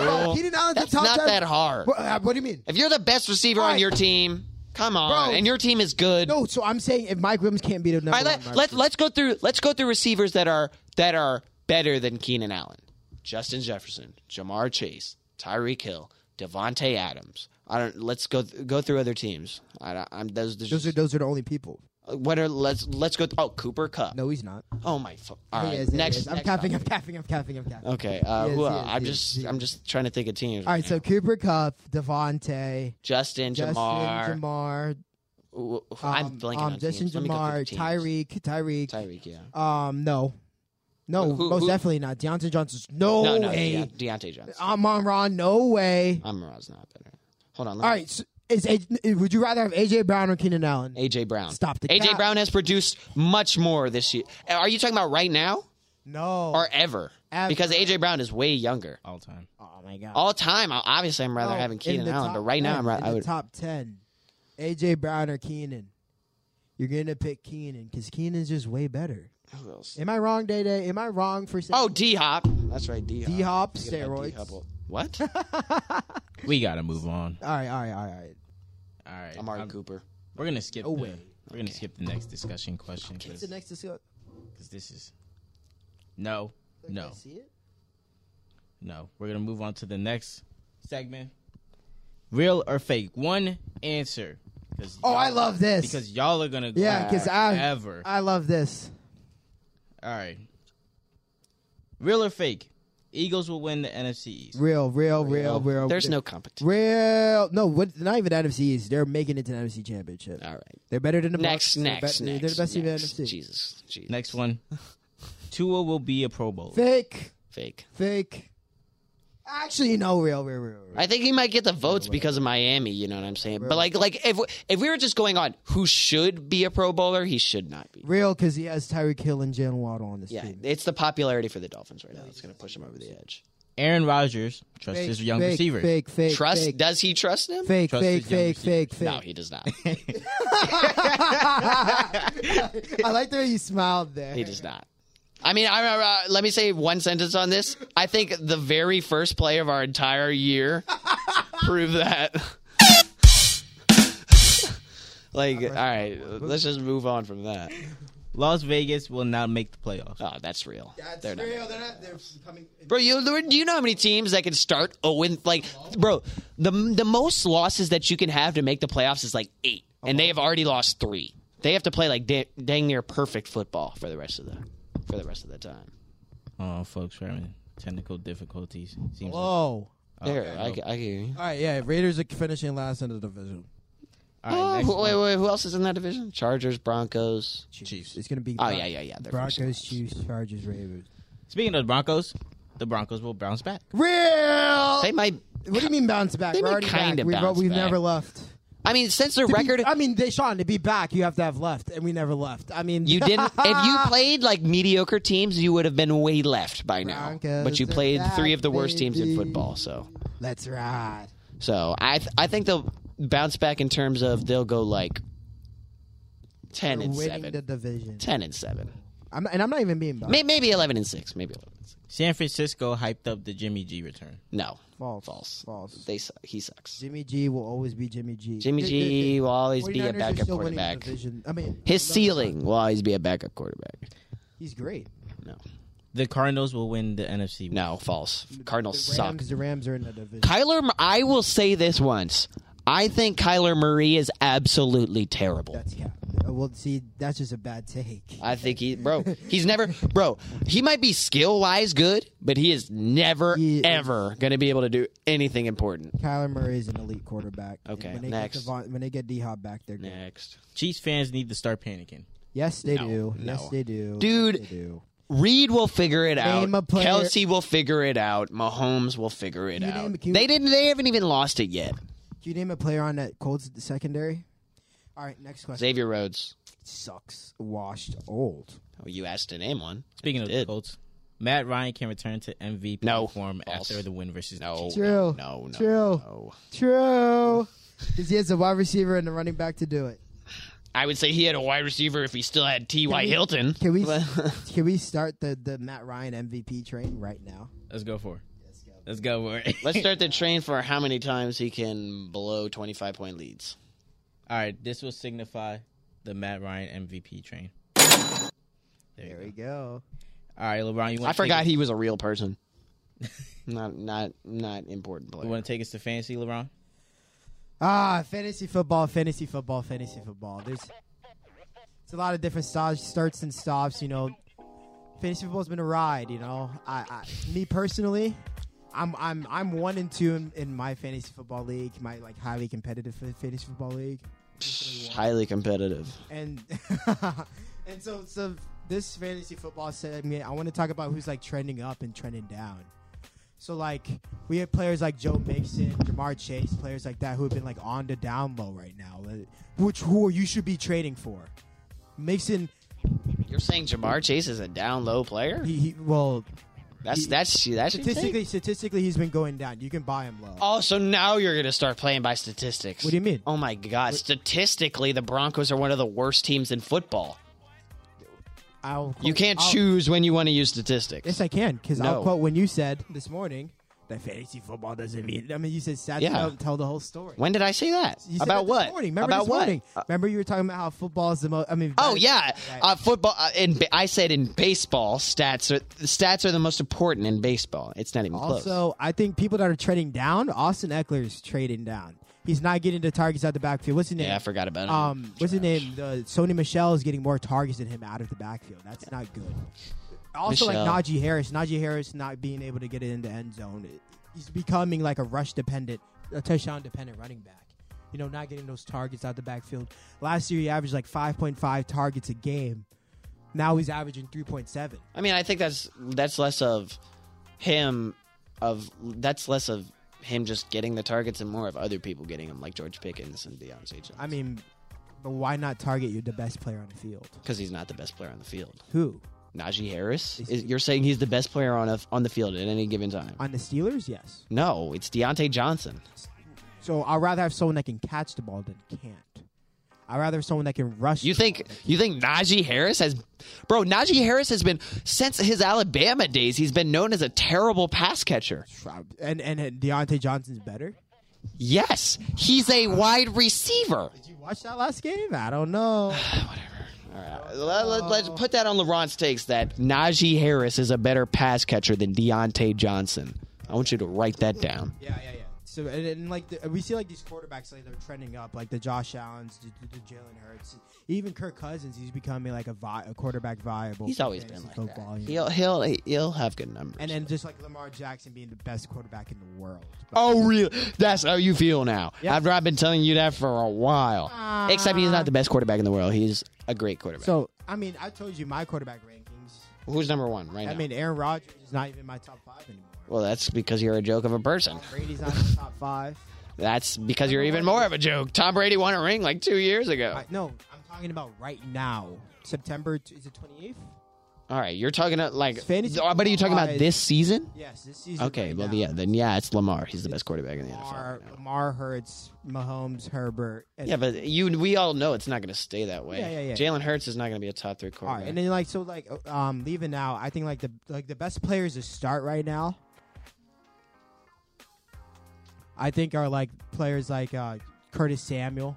C: bro,
B: on, bro.
C: Keenan Allen's a
B: That's
C: top
B: not
C: 10
B: that hard.
C: What, uh, what do you mean?
B: If you're the best receiver on
C: Alright.
B: your team, come on,
C: Bro.
B: and your team is good.
C: No, so I'm saying if Mike Williams can't be the number
B: All right,
C: one,
B: let,
C: wide
B: let, let's go through let's go through receivers that are that are better than Keenan Allen. Justin Jefferson, Jamar Chase, Tyreek Hill, Devontae Adams. I don't let's go th- go through other teams. I don't, I'm those, those,
C: Those are those are the only people.
B: what are let's let's go th- oh Cooper Cup.
C: No, he's not.
B: Oh my fu- All right.
C: He is, he
B: next,
C: is. I'm
B: next
C: capping. I'm
B: topic.
C: capping. I'm capping. I'm capping.
B: Okay. Uh,
C: He is,
B: who
C: he
B: else?
C: is,
B: I'm
C: he is,
B: just
C: he is.
B: I'm just trying to think of teams.
C: All right, so Cooper Cup, Devontae,
B: Justin,
C: Justin
B: Jamar.
C: Jamar,
B: Wh- wh-
C: um,
B: I'm blanking
C: um,
B: on
C: Justin
B: teams. Let me go through
C: Jamar,
B: teams.
C: Tyreek, Tyreek.
B: Tyreek, yeah.
C: Um, no, no,
B: Who- who-
C: most
B: who-
C: definitely not. Deontay Johnson's no,
B: no, no,
C: way.
B: Deont- Deontay Johnson.
C: Amon Ra, no way.
B: Amara's not better. Hold on. Let
C: All
B: me-
C: right, so is A- would you rather have AJ Brown or Keenan Allen?
B: AJ Brown.
C: Stop the
B: AJ
C: cap.
B: Brown has produced much more this year. Are you talking about right now
C: no.
B: or ever?
C: Ever.
B: Because AJ Brown is way younger.
A: all time.
C: oh my god.
B: All time, I- obviously, I'm rather
C: No,
B: having
C: Oh, in
B: Keenan
C: the
B: Allen,
C: top
B: but right now,
C: 10,
B: I'm right.
C: in
B: I
C: the
B: would.
C: top ten. AJ Brown or Keenan? You're gonna pick Keenan because Keenan's just way better.
B: Who else?
C: Am I wrong, Day Day? Am I wrong for saying?
B: Oh, D Hop. That's right, D Hop.
C: D Hop
B: Forget about
C: steroids.
B: D-Hop.
C: [LAUGHS]
B: What?
A: We gotta move on.
C: All right, all right, all right.
A: All right,
B: Amari
A: I'm-
B: Cooper.
A: we're gonna skip.
C: No
A: the-
C: way.
A: We're gonna skip the next discussion question
C: What's the
A: because
C: next discussion?
A: this is no, no,
C: See it?
A: no. We're gonna move on to the next segment. Real or fake? One answer. 'Cause
C: Oh, I
A: y'all-
C: love this.
A: because y'all are gonna go
C: yeah, because I
A: ever.
C: I love this.
A: All right. Real or fake? Eagles will win the NFC East.
C: Real, real, real, real.
B: Oh, There's no competition.
C: real. No, what? Not even NFCs. They're making it to the NFC Championship.
B: All right.
C: They're better than the
B: Oh. Next,
C: Bucs.
B: next,
C: they're,
B: next.
C: be- They're the best team in the
B: next.
C: NFC.
B: Jesus. Jesus.
A: Next one. [LAUGHS] Tua will be a Pro Bowl.
C: Fake,
B: Fake.
C: fake. Actually, no, real, real, real. real.
B: I think he might get the votes because of Miami. You know what I'm saying? But like, like if if we were just going on who should be a Pro Bowler, he should not be.
C: Real, because he has Tyreek Hill and Jalen Waddle on this
B: Yeah,
C: team.
B: it's the popularity for the Dolphins right now. It's going to push him over the edge.
A: Aaron Rodgers trusts
C: Fake,
A: his young
C: fake,
A: receiver.
C: Fake, fake,
B: Trust?
C: fake,
B: Does he trust him?
C: fake,
A: Trust
C: fake,
A: his young
C: fake, fake, fake.
B: No, he does not.
C: I like the way you smiled there.
B: He
C: [LAUGHS]
B: does not. I mean, I remember. Uh, let me say one sentence on this. I think the very first play of our entire
C: [LAUGHS]
B: year proved that. like, all right, let's just move on from that.
A: Las Vegas will not make the playoffs.
B: Oh, that's real. They're not.
C: real. They're not. They're coming.
B: Bro, you do you know how many teams that can start Owen like bro, the the most losses that you can have to make the playoffs is like 8 and they have already lost 3. They have to play like da- dang near perfect football for the rest of the for the rest of the time.
A: Oh, folks, we're having technical difficulties. Seems
C: Whoa.
B: Oh.
A: like-
C: All
B: there, I, ca- I can hear you.
C: right. Yeah. Raiders are finishing last in the division.
A: All right, next
B: Oh, wait,
A: one.
B: wait, who else is in that division? Chargers, Broncos.
C: Chiefs. It's gonna be.
B: Oh yeah, yeah, yeah. They're
C: Broncos,
B: finishing
C: Chiefs, Chargers, Ravens.
A: Speaking of the Broncos, the Broncos will bounce back.
C: Real.
B: last. They might
C: what do you mean bounce back?
B: They
C: We're
B: may
C: already
B: kinda
C: back. We've,
B: bounce
C: we've
B: back.
C: never left.
B: I mean, since the
C: To be-
B: record
C: I mean, they, Sean, to be back, you have to have left, and we never left. I mean,
B: You didn't. if
C: [LAUGHS]
B: you played like mediocre teams, you would have been way left by now.
C: Broncos
B: but you
C: are
B: played three of the worst
C: back,
B: teams in
C: baby.
B: football. So,
C: Let's ride.
B: so I th- I think they'll bounce back in terms of they'll go like 10 and
C: Winning
B: seven,
C: the division.
B: 10 and seven,
C: I'm not, and I'm not even being biased.
B: May- maybe eleven and six, maybe eleven. And six.
A: San Francisco hyped up the Jimmy G return.
B: No,
C: False.
B: False.
C: False.
B: they su- he sucks.
C: Jimmy G will always be Jimmy G.
B: Jimmy
C: The-
B: G
C: the-
B: will always
C: the
B: be a
C: 49ers are
B: backup
C: still winning the
B: quarterback.
C: division. I mean,
B: His
C: no,
B: ceiling will always be a backup quarterback.
C: He's great.
B: No,
A: The Cardinals will win the NFC.
B: no, false. Cardinals
C: the
B: suck.
C: Rams, the Rams are in the division.
B: Kyler, Mur- I will say this once. I think Kyler Murray is absolutely terrible.
C: That's yeah. Uh, Well, see, that's just a bad take.
B: I think he, bro, he's never, bro, he might be skill wise good, but he is never,
C: He is-
B: ever going to be able to do anything important.
C: Kyler Murray is an elite quarterback. And
B: Okay,
C: when they
B: next.
C: Get Devon, when they get D Hop back, they're good.
B: Next.
A: Chiefs fans need to start panicking.
C: Yes, they do.
B: no.
C: Yes, they do. Yes,
B: Dude.
C: they do.
B: Reed will figure it out.
C: Name a player-
B: Kelsey will figure it out. Mahomes will figure it
C: You
B: out.
C: name a- can you-
B: they didn't. They haven't even lost it yet.
C: Can you name a player on that Colts secondary? All right, next question.
B: Xavier Rhodes.
C: sucks washed old.
B: Oh, you asked to name one.
A: Speaking of the
B: did.
A: Colts, Matt Ryan can return to MVP
B: No.
A: form
B: False.
A: after the win versus
B: No,
C: True.
B: no, no, no,
C: True.
B: no.
C: [LAUGHS] True. Because he has a wide receiver and a running back to do it.
B: I would say he had a wide receiver if he still had T.Y.
C: we-
B: Hilton. [LAUGHS]
C: Can we
B: But-
C: can we start the, the Matt Ryan MVP train right now?
A: Let's go for it. Let's go for it.
B: Let's start the train for how many times he can blow 25 point leads.
A: [LAUGHS] All right, this will signify the Matt Ryan MVP train. There you
C: There
A: go.
C: we go.
A: All right, LeBron, you want
B: I forgot
A: Take
B: he was a real person. not not not important
A: us, you
B: player.
A: want to take us to fantasy, LeBron?
C: Ah, fantasy football, fantasy football, fantasy football. There's it's a lot of different styles, starts and stops. You know, fantasy football's been a ride. You know, I, I me personally, I'm I'm I'm one and two in, in my fantasy football league, my like highly competitive fa- fantasy football league,
B: Highly competitive.
C: and [LAUGHS] and so so this fantasy football segment, I want to talk about who's like trending up and trending down. So like we have players like Joe Mixon, Jamar Chase, players like that who have been like on the down low right now, like, which who you should be trading for. Mixon,
B: You're saying Jamar Chase is a down low player?
C: he, he well
B: That's that's that's your take?
C: statistically statistically he's been going down. You can buy him low.
B: Oh, so now you're gonna start playing by statistics.
C: What do you mean?
B: Oh my god. Statistically the Broncos are one of the worst teams in football.
C: I'll quote-
B: You can't
C: I'll-
B: choose when you want to use statistics.
C: Oh, Yes, I can because
B: No.
C: I'll quote when you said this morning that fantasy football doesn't mean. I mean, you said stats
B: Yeah.
C: don't tell the whole story.
B: when did I say that?
C: You said
B: about
C: that
B: what?
C: This morning. Remember
B: about
C: this
B: what? Uh,
C: morning? Remember you were talking about how football is the most. I mean,
B: Oh
C: best-
B: yeah, uh, football. Uh, in ba- I said in baseball, stats are stats are the most important in baseball. It's not even close.
C: Also, I think people that are trading down, Austin Eckler is trading down. He's not getting the targets out the backfield. What's his name?
B: Yeah, I forgot about him.
C: Um, what's his name? The Sony Michelle is getting more targets than him out of the backfield. That's not good. Also,
B: Michelle.
C: like Najee Harris, Najee Harris not being able to get it in the end zone. He's becoming like a rush dependent, a touchdown dependent running back. You know, not getting those targets out the backfield. Last year, he averaged like 5.5 targets a game. Now he's averaging 3.7.
B: I mean, I think that's that's less of him of that's less of him just getting the targets and more of other people getting them, like George Pickens and Deion Jones.
C: I mean, but why not target you the best player on the field?
B: because he's not the best player on the field.
C: Who?
B: Najee Harris. Is, you're saying he's the best player on a, on the field at any given time?
C: On the Steelers? Yes.
B: No, it's Deontay Johnson.
C: So I'd rather have someone that can catch the ball than can't. I'd rather have someone that can rush.
B: You
C: the
B: think
C: ball.
B: you think Najee Harris has, bro? Najee Harris has been since his Alabama days. He's been known as a terrible pass catcher.
C: And and Deontay Johnson's better.
B: Yes, he's a wide receiver.
C: Did you watch that last game? I
B: [SIGHS]
C: don't know.
B: All right, let,
C: Uh.
B: us put that on LeBron's takes that Najee Harris is a better pass catcher than Deontay Johnson. I want you to write that down.
C: Yeah, yeah, yeah. So and, and like the, we see like these quarterbacks like they're trending up, like the Josh Allen's, the, the, the Jalen Hurts, even Kirk Cousins. He's becoming like a, vi- a quarterback viable.
B: He's
C: for
B: always been
C: fantasy
B: like
C: football,
B: that.
C: you know?
B: He'll he'll he'll have good numbers.
C: And then just like Lamar Jackson being the best quarterback in the world.
B: Oh, really? That's how you feel now.
C: Yeah.
B: After I've been telling you that for a while.
C: Ah.
B: Except he's not the best quarterback in the world. He's a great quarterback.
C: So I mean, I told you my quarterback rankings.
B: Who's number one right now?
C: I mean, Aaron Rodgers is not even my top five anymore.
B: Well, that's because you're a joke of a person.
C: Tom Brady's not in the top
B: [LAUGHS]
C: five.
B: That's because you're even more of a joke. Tom Brady won a ring like two years ago.
C: I, no, I'm talking about right now. September t- is it 28th?
B: All right, you're talking about like.
C: Fantasy
B: Oh, but are you talking about
C: football-wise-
B: this season?
C: Yes, this season.
B: Okay,
C: right
B: well,
C: now.
B: yeah, then yeah, it's Lamar. He's the best quarterback in the NFL.
C: Lamar,
B: right now.
C: Lamar Hurts, Mahomes, Herbert. And,
B: Yeah, but you, we all know it's not going to stay that way.
C: Yeah, yeah, yeah.
B: Jalen Hurts is not going to be a top three
C: all
B: quarterback.
C: right, and then like so like uh, um leaving now, I think like the like the best players to start right now. I think are like players like uh, Curtis Samuel,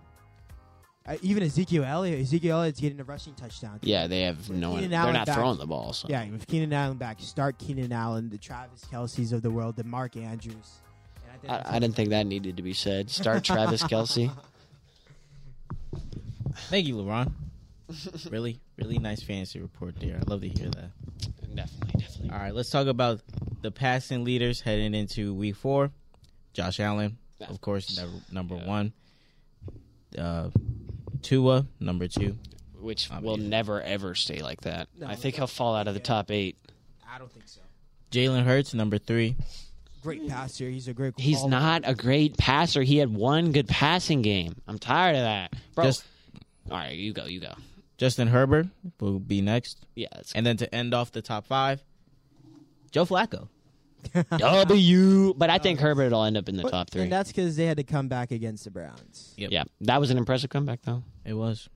C: uh, even Ezekiel Elliott. Ezekiel Elliott's getting a rushing touchdown.
B: yeah, they have no one.
C: Keenan
B: They're
C: Allen
B: not
C: back.
B: throwing the ball. So.
C: Yeah, with Keenan Allen back, start Keenan Allen, the Travis Kelseys of the world, the Mark Andrews. And think that's-
B: I, I didn't think that needed to be said.
C: [LAUGHS]
B: Start Travis Kelsey.
A: Thank you, LeBron. [LAUGHS] really, really nice fantasy report there. I love to hear that.
B: Definitely, definitely.
A: All right, let's talk about the passing leaders heading into week four. Josh Allen, of course, number, number one. Uh, Tua, number two.
B: Which
A: I
B: will
A: mean-
B: never ever stay like that.
C: No.
B: I think he'll fall out of the top eight.
C: I don't think so.
A: Jalen Hurts, number three.
C: Great passer. He's a great.
B: He's
C: caller.
B: not a great passer. He had one good passing game. I'm tired of that, bro.
A: Just-
B: All right, you go, you go.
A: Justin Herbert will be next.
B: Yeah,
C: [LAUGHS]
B: it's
A: And then to end off the top five, Joe Flacco.
B: W. But I think Herbert will end up in the
C: But-
B: top three.
C: And that's because they had to come back against the Browns.
A: Yep.
B: yeah, that was an impressive comeback though.
A: It was.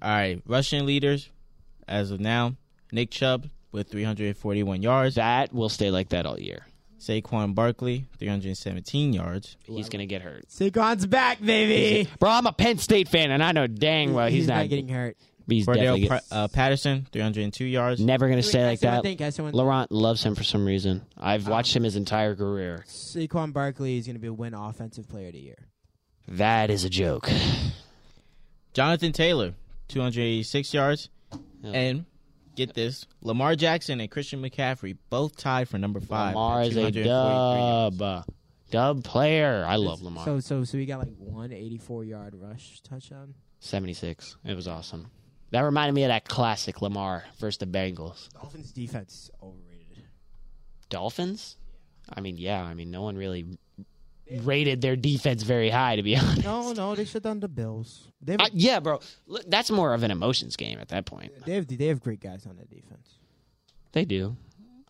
A: All right, rushing leaders as of now, Nick Chubb with 341 yards,
B: That will stay like that all year.
A: Saquon Barkley 317 yards,
B: He's gonna get hurt,
C: Saquon's back, baby.
B: bro. I'm a Penn State fan, and I know dang well he's,
C: Eh. he's
B: not.
C: getting hurt.
B: he's
A: Cordell
B: definitely get-
A: Pr- uh, Patterson 302 yards,
B: never gonna stay like
C: I
B: that.
C: think someone
B: Laurent loves him for some reason. I've watched him his entire career.
C: Saquon Barkley is going to be a win offensive player of the year.
B: That is a joke.
A: Jonathan Taylor 286 yards,
B: Yeah.
A: and get this, Lamar Jackson and Christian McCaffrey both tied for number five. at
B: Lamar is a
A: 243 yards.
B: dub, dub player. I love Lamar.
C: So so so we got like one eighty four yard rush touchdown.
B: 76. It was awesome. That reminded me of that classic Lamar versus the Bengals.
C: Dolphins defense overrated.
B: Dolphins? I mean, yeah. I mean, no one really rated their defense very high, to be [LAUGHS] honest.
C: No no they shut down the Bills. They have,
B: I, yeah, bro. L- That's more of an emotions game at that point.
C: they have they have great guys on that defense.
B: They do.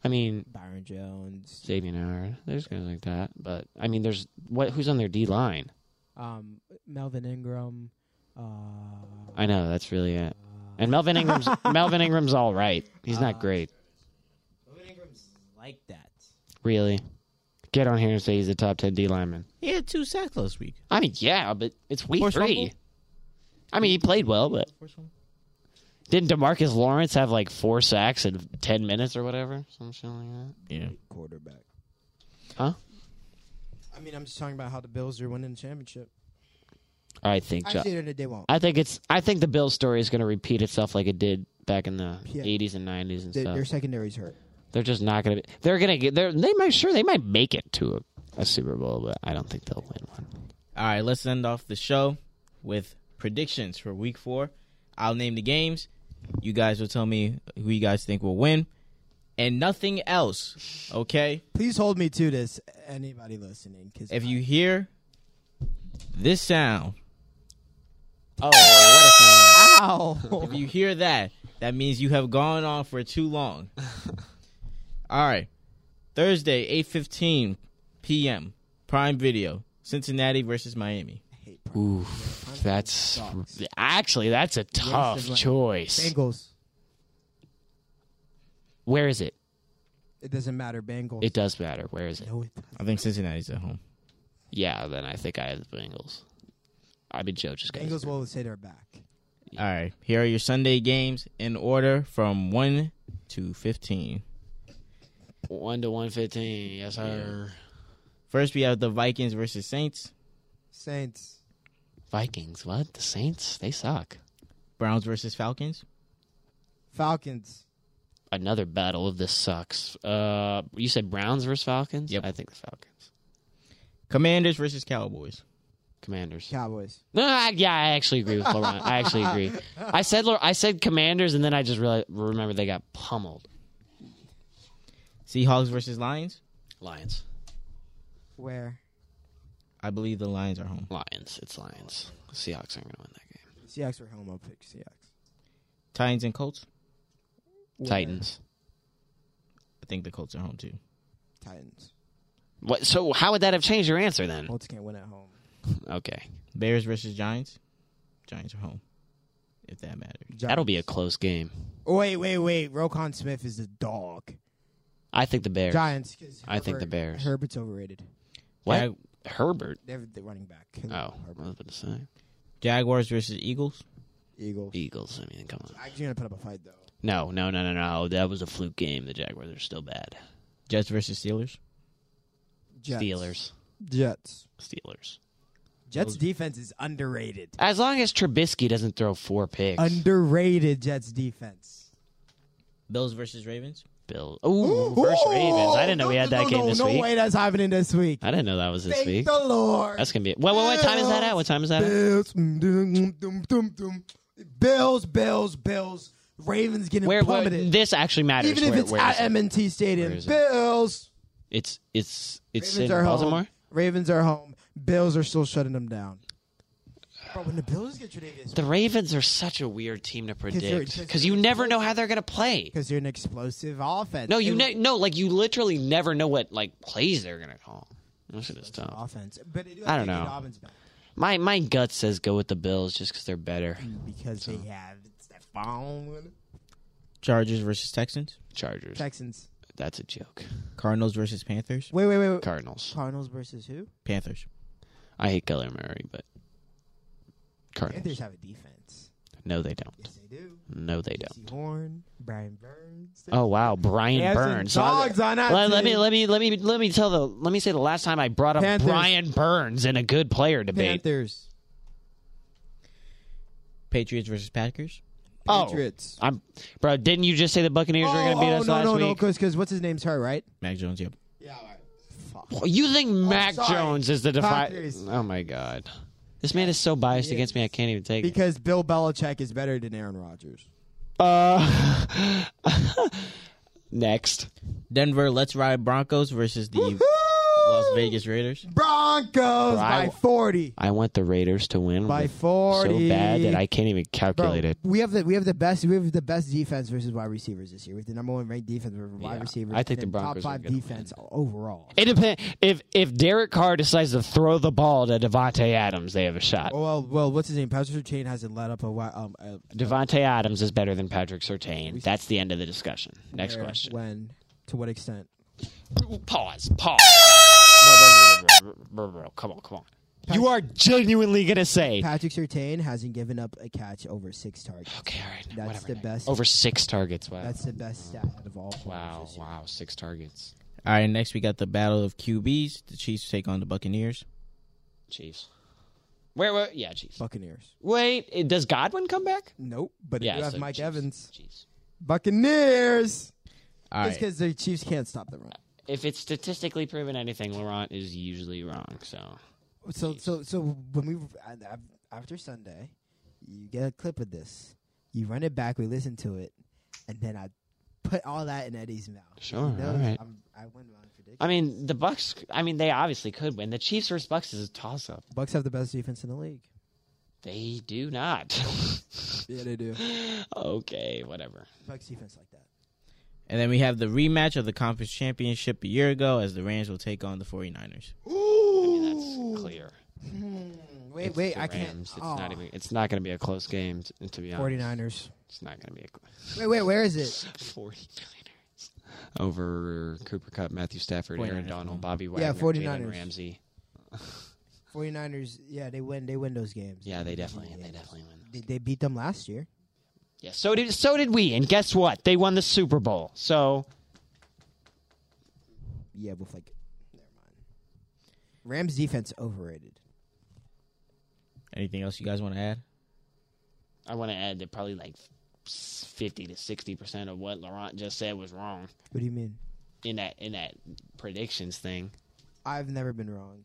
B: I mean,
C: Byron Jones.
B: Xavier Howard. There's guys like that. But, I mean, there's what? who's on their D line?
C: Um, Melvin Ingram. Uh,
B: I know. That's really it.
C: uh,
B: And Melvin Ingram's, Melvin Ingram's all right. He's not great,
C: Melvin Ingram's like that.
B: really. Get on here and say he's a top 10 D lineman.
A: He had two sacks last week.
B: I mean, yeah, but it's week
A: Horse
B: three.
A: fumble?
B: I mean, he played well, but didn't Demarcus Lawrence have like four sacks in ten minutes or whatever, some shit like that?
A: Yeah.
C: Quarterback.
B: Huh?
C: I mean, I'm just talking about how the Bills are winning the championship.
B: I think. Jo-
C: Actually, no, no, they won't.
B: I think it's. I think the Bills story is going to repeat itself like it did back in the
C: Yeah.
B: '80s and '90s and
C: Their,
B: stuff.
C: their secondary's hurt.
B: They're just not going to. be They're going to get. They're. They might. Sure, they might make it to a, a Super Bowl, but I don't think they'll win one.
A: All right, let's end off the show with predictions for week four. I'll name the games. You guys will tell me who you guys think will win and nothing else. Okay?
C: Please hold me to this, anybody listening. Cause
A: If you hear this sound,
B: Oh, what a song.
C: ow,
A: if you hear that, that means you have gone on for too long. All right. Thursday, 8:15 p.m. Prime Video. Cincinnati versus Miami.
C: hate Prime.
B: Oof, that's
C: Sucks.
B: actually that's a tough
C: like-
B: choice.
C: Bengals.
B: Where is it?
C: It doesn't matter. Bengals.
B: It does matter. Where is it?
C: no, it doesn't.
A: I think Cincinnati's at home.
B: Yeah, then I think I have the Bengals. I mean, Joe just got
C: Bengals will say they're back.
A: All right. Here are your Sunday games in order from 1 to 15.
B: one to one fifteen. Yes, sir.
A: First, we have the Vikings versus Saints,
C: Saints.
B: Vikings. What? The Saints? They suck.
A: Browns versus Falcons,
C: Falcons.
B: Another battle of this sucks. Uh, you said Browns versus Falcons.
A: Yep.
B: I think the Falcons.
A: Commanders versus Cowboys.
B: Commanders.
C: Cowboys.
B: No, I, yeah, I actually agree with Laurent. I actually agree. I said Lor- I said Commanders, and then I just realized, remember they got pummeled.
A: Seahawks versus Lions.
B: Lions.
C: Where?
A: I believe the Lions are home.
B: Lions. It's Lions. Seahawks aren't gonna win that game.
C: Seahawks were home. I'll pick Seahawks.
A: Titans and Colts.
C: Where?
B: Titans.
A: I think the Colts are home too.
C: Titans.
B: What? So how would that have changed your answer then?
C: Colts can't win at home.
B: Okay.
A: Bears versus Giants. Giants are home, if that matters.
B: That'll be a close game.
C: Oh, Wait, wait, wait. Rokon Smith is a dog.
B: I think the Bears.
C: Giants. 'cause
B: I think the
C: Herbert-
B: Bears.
C: Herbert's overrated.
B: What?
A: Jag-
B: Herbert.
C: They're the running back.
B: Oh, I was
C: Herbert.
B: about to say
A: Jaguars versus Eagles.
C: Eagles.
B: Eagles. I mean, come on.
C: Actually, gonna put up a fight though.
B: No, no, no, no, no. That was a fluke game. The Jaguars are still bad.
A: Jets versus Steelers.
C: Jets.
B: Steelers.
C: Jets.
B: Steelers.
C: Jets defense is underrated.
B: As long as Trubisky doesn't throw four picks,
C: Underrated Jets defense.
A: Bills versus Ravens.
B: Bill. Ooh, first Ravens. I didn't know
C: no,
B: we had
C: no,
B: that
C: no,
B: game
C: no,
B: this
C: no
B: week.
C: way that's happening this week.
B: I didn't know that was this
C: Thank
B: week.
C: the Lord.
B: That's gonna be. Well, what, what time is that at? What time is that? At?
C: Bills, mm, dum, dum, dum, dum. Bills, Bills, Bills. Ravens getting
B: Where? What,
C: plummeted.
B: this actually matters.
C: Even if
B: Where-
C: it's
B: where
C: at
B: is it?
C: M&T Stadium,
B: Where is it?
C: Bills.
B: it's it's it's
C: Ravens
B: in
C: are
B: Baltimore.
C: home. Ravens are home. Bills are still shutting them down. But when the Bills get Tre'Davious,
B: The Ravens are such a weird team to
C: they're-
B: predict
C: 'cause
B: because
C: they're
B: you never know
C: explosive.
B: how they're gonna play.
C: because you're an explosive offense.
B: No, you
C: It-
B: ne- no, like you literally never know what like plays they're gonna call. That shit is tough.
C: offense. But it,
B: I don't
C: they need
B: know.
C: Dobbins back
B: My my gut says go with the Bills just because they're better.
C: because they have Stephon
A: Chargers versus Texans.
B: Chargers.
C: Texans.
B: That's a joke.
A: Cardinals versus Panthers.
C: Wait, wait, wait. wait.
B: Cardinals.
C: Cardinals versus who?
A: Panthers.
B: I hate Keller Murray, but Cardinals.
C: Panthers have a defense.
B: No, they don't.
C: Yes, they do.
B: No, they don't.
C: Casey Horn, Brian Burns.
B: Oh wow, Brian
C: They have some
B: Burns.
C: dogs on that
B: let, let me
C: team.
B: let me let me let me tell the let me say the last time I brought up
C: Panthers.
B: Brian Burns in a good player debate.
C: Panthers.
A: Patriots versus Packers.
B: Oh.
C: Patriots.
B: I'm bro. Didn't you just say the Buccaneers were going to beat us
C: Oh, no,
B: last
C: no, no,
B: week?
C: because because what's his name's hurt, right?
A: Mac Jones. Yep.
C: Yeah, all right. Fuck.
B: You think Mac
C: Oh, sorry.
B: Jones is the defi?
C: Packers.
B: Oh my god, this man is so biased
C: He
B: against me. I can't even take it.
C: Because Bill Belichick is better than Aaron Rodgers.
B: Uh, [LAUGHS] next,
A: Denver. Let's ride Broncos versus the Las Vegas Raiders.
C: Broncos
B: I-
C: by forty.
B: I want the Raiders to win
C: By
B: with-
C: forty.
B: so bad that I can't even
C: Bro,
B: calculate it.
C: we have the we have the best we have the best defense versus wide receivers this year. With the number one ranked defense versus wide
B: Yeah,
C: receivers.
B: I think
C: and
B: the
C: then
B: Broncos are
C: top five
B: gonna win.
C: defense overall.
B: It depends if if Derek Carr decides to throw the ball to Devontae Adams, they have a shot.
C: Well, well, what's his name? Patrick Chain hasn't let up a wi- um. A,
B: Devontae Adams is better than Patrick Sertain. That's the end of the discussion. Next
C: where,
B: question.
C: When? To what extent?
B: Pause. Pause. come on, come on. You are genuinely gonna say
C: Patrick Sertain hasn't given up a catch over six targets.
B: okay, all right,
C: That's
B: whatever.
C: the best.
B: Over six targets. Wow,
C: That's the best stat out of all. players
B: wow,
C: this year.
B: wow, six targets.
A: All right. Next we got the battle of QBs. The Chiefs take on the Buccaneers.
B: Chiefs. Where? where yeah, Chiefs.
C: Buccaneers.
B: Wait, it- does Godwin come back?
C: Nope. But
B: Yeah,
C: you have
B: so
C: Mike
B: Chiefs,
C: Evans.
B: Chiefs.
C: Buccaneers.
A: All
C: It's
A: right.
C: because the Chiefs can't stop the run.
B: If it's statistically proven anything, Laurent is usually wrong. So
C: So so so when we I- I- after Sunday, you get a clip of this. You run it back. We listen to it, and then I put all that in Eddie's mouth.
B: Sure,
C: He knows
B: all right.
C: I'm, I win my prediction.
B: I mean, the Bucks. I mean, they obviously could win. The Chiefs versus Bucks is a toss-up.
C: Bucks have the best defense in the league.
B: They do not. [LAUGHS]
C: Yeah, they do.
B: okay, whatever.
C: Bucks defense like that.
A: And then we have the rematch of the conference championship a year ago as the Rams will take on the 49ers.
B: I mean, that's clear.
C: Hmm, Wait,
B: It's
C: wait,
B: the
C: I can't. Oh,
B: Rams. It's
C: Aw.
B: not even. It's not going to be a close game. t- To be honest,
C: 49ers.
B: It's not going to be a close.
C: Wait, wait, where is it?
B: 49ers over Cooper Cup, Matthew Stafford, Aaron
A: 49ers,
B: Donald,
A: yeah.
B: Bobby Wagner,
C: Yeah,
B: Jalen
C: 49ers.
B: Ramsey. [LAUGHS]
C: 49ers, yeah, they win. They win those games.
B: Yeah, they definitely. They definitely win.
C: They, they beat them last year.
B: Yeah. So did. So did we. And guess what? They won the Super Bowl. So
C: Yeah, with like, never mind. Rams defense overrated.
A: Anything else you guys want to add?
B: I want to add that probably like fifty to sixty percent of what Laurent just said was wrong
C: What do you mean?
B: in that in that predictions thing.
C: I've never been wrong.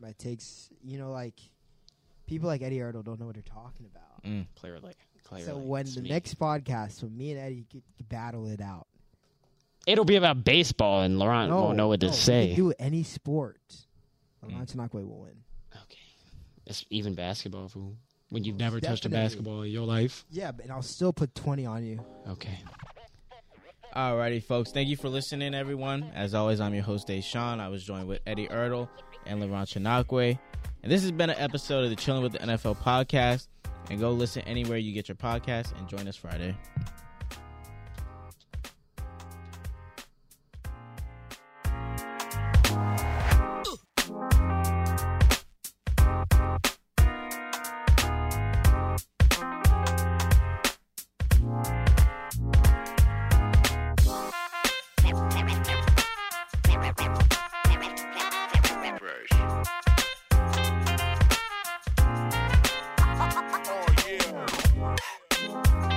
C: My takes, you know, like people like Eddie Erdl don't know what they're talking about.
B: Clearly. Clearly.
C: so when
B: It's
C: the
B: me.
C: next podcast, when me and Eddie could battle it out,
B: It'll be about baseball, and Laurent won't know what to
C: no, we could
B: say.
C: Do any sport, Alon Tanakwe will win.
B: Okay. It's even basketball, fool. When you've never touched a
C: Definitely.
B: basketball in your life.
C: Yeah, but- and I'll still put twenty on you.
B: Okay.
A: Alrighty, folks. Thank you for listening, everyone. As always, I'm your host, Dave Sean. I was joined with Eddie Ertle and LeBron Chinakwe. And this has been an episode of the Chilling with the NFL podcast. And go listen anywhere you get your podcast and join us Friday.
D: Oh yeah.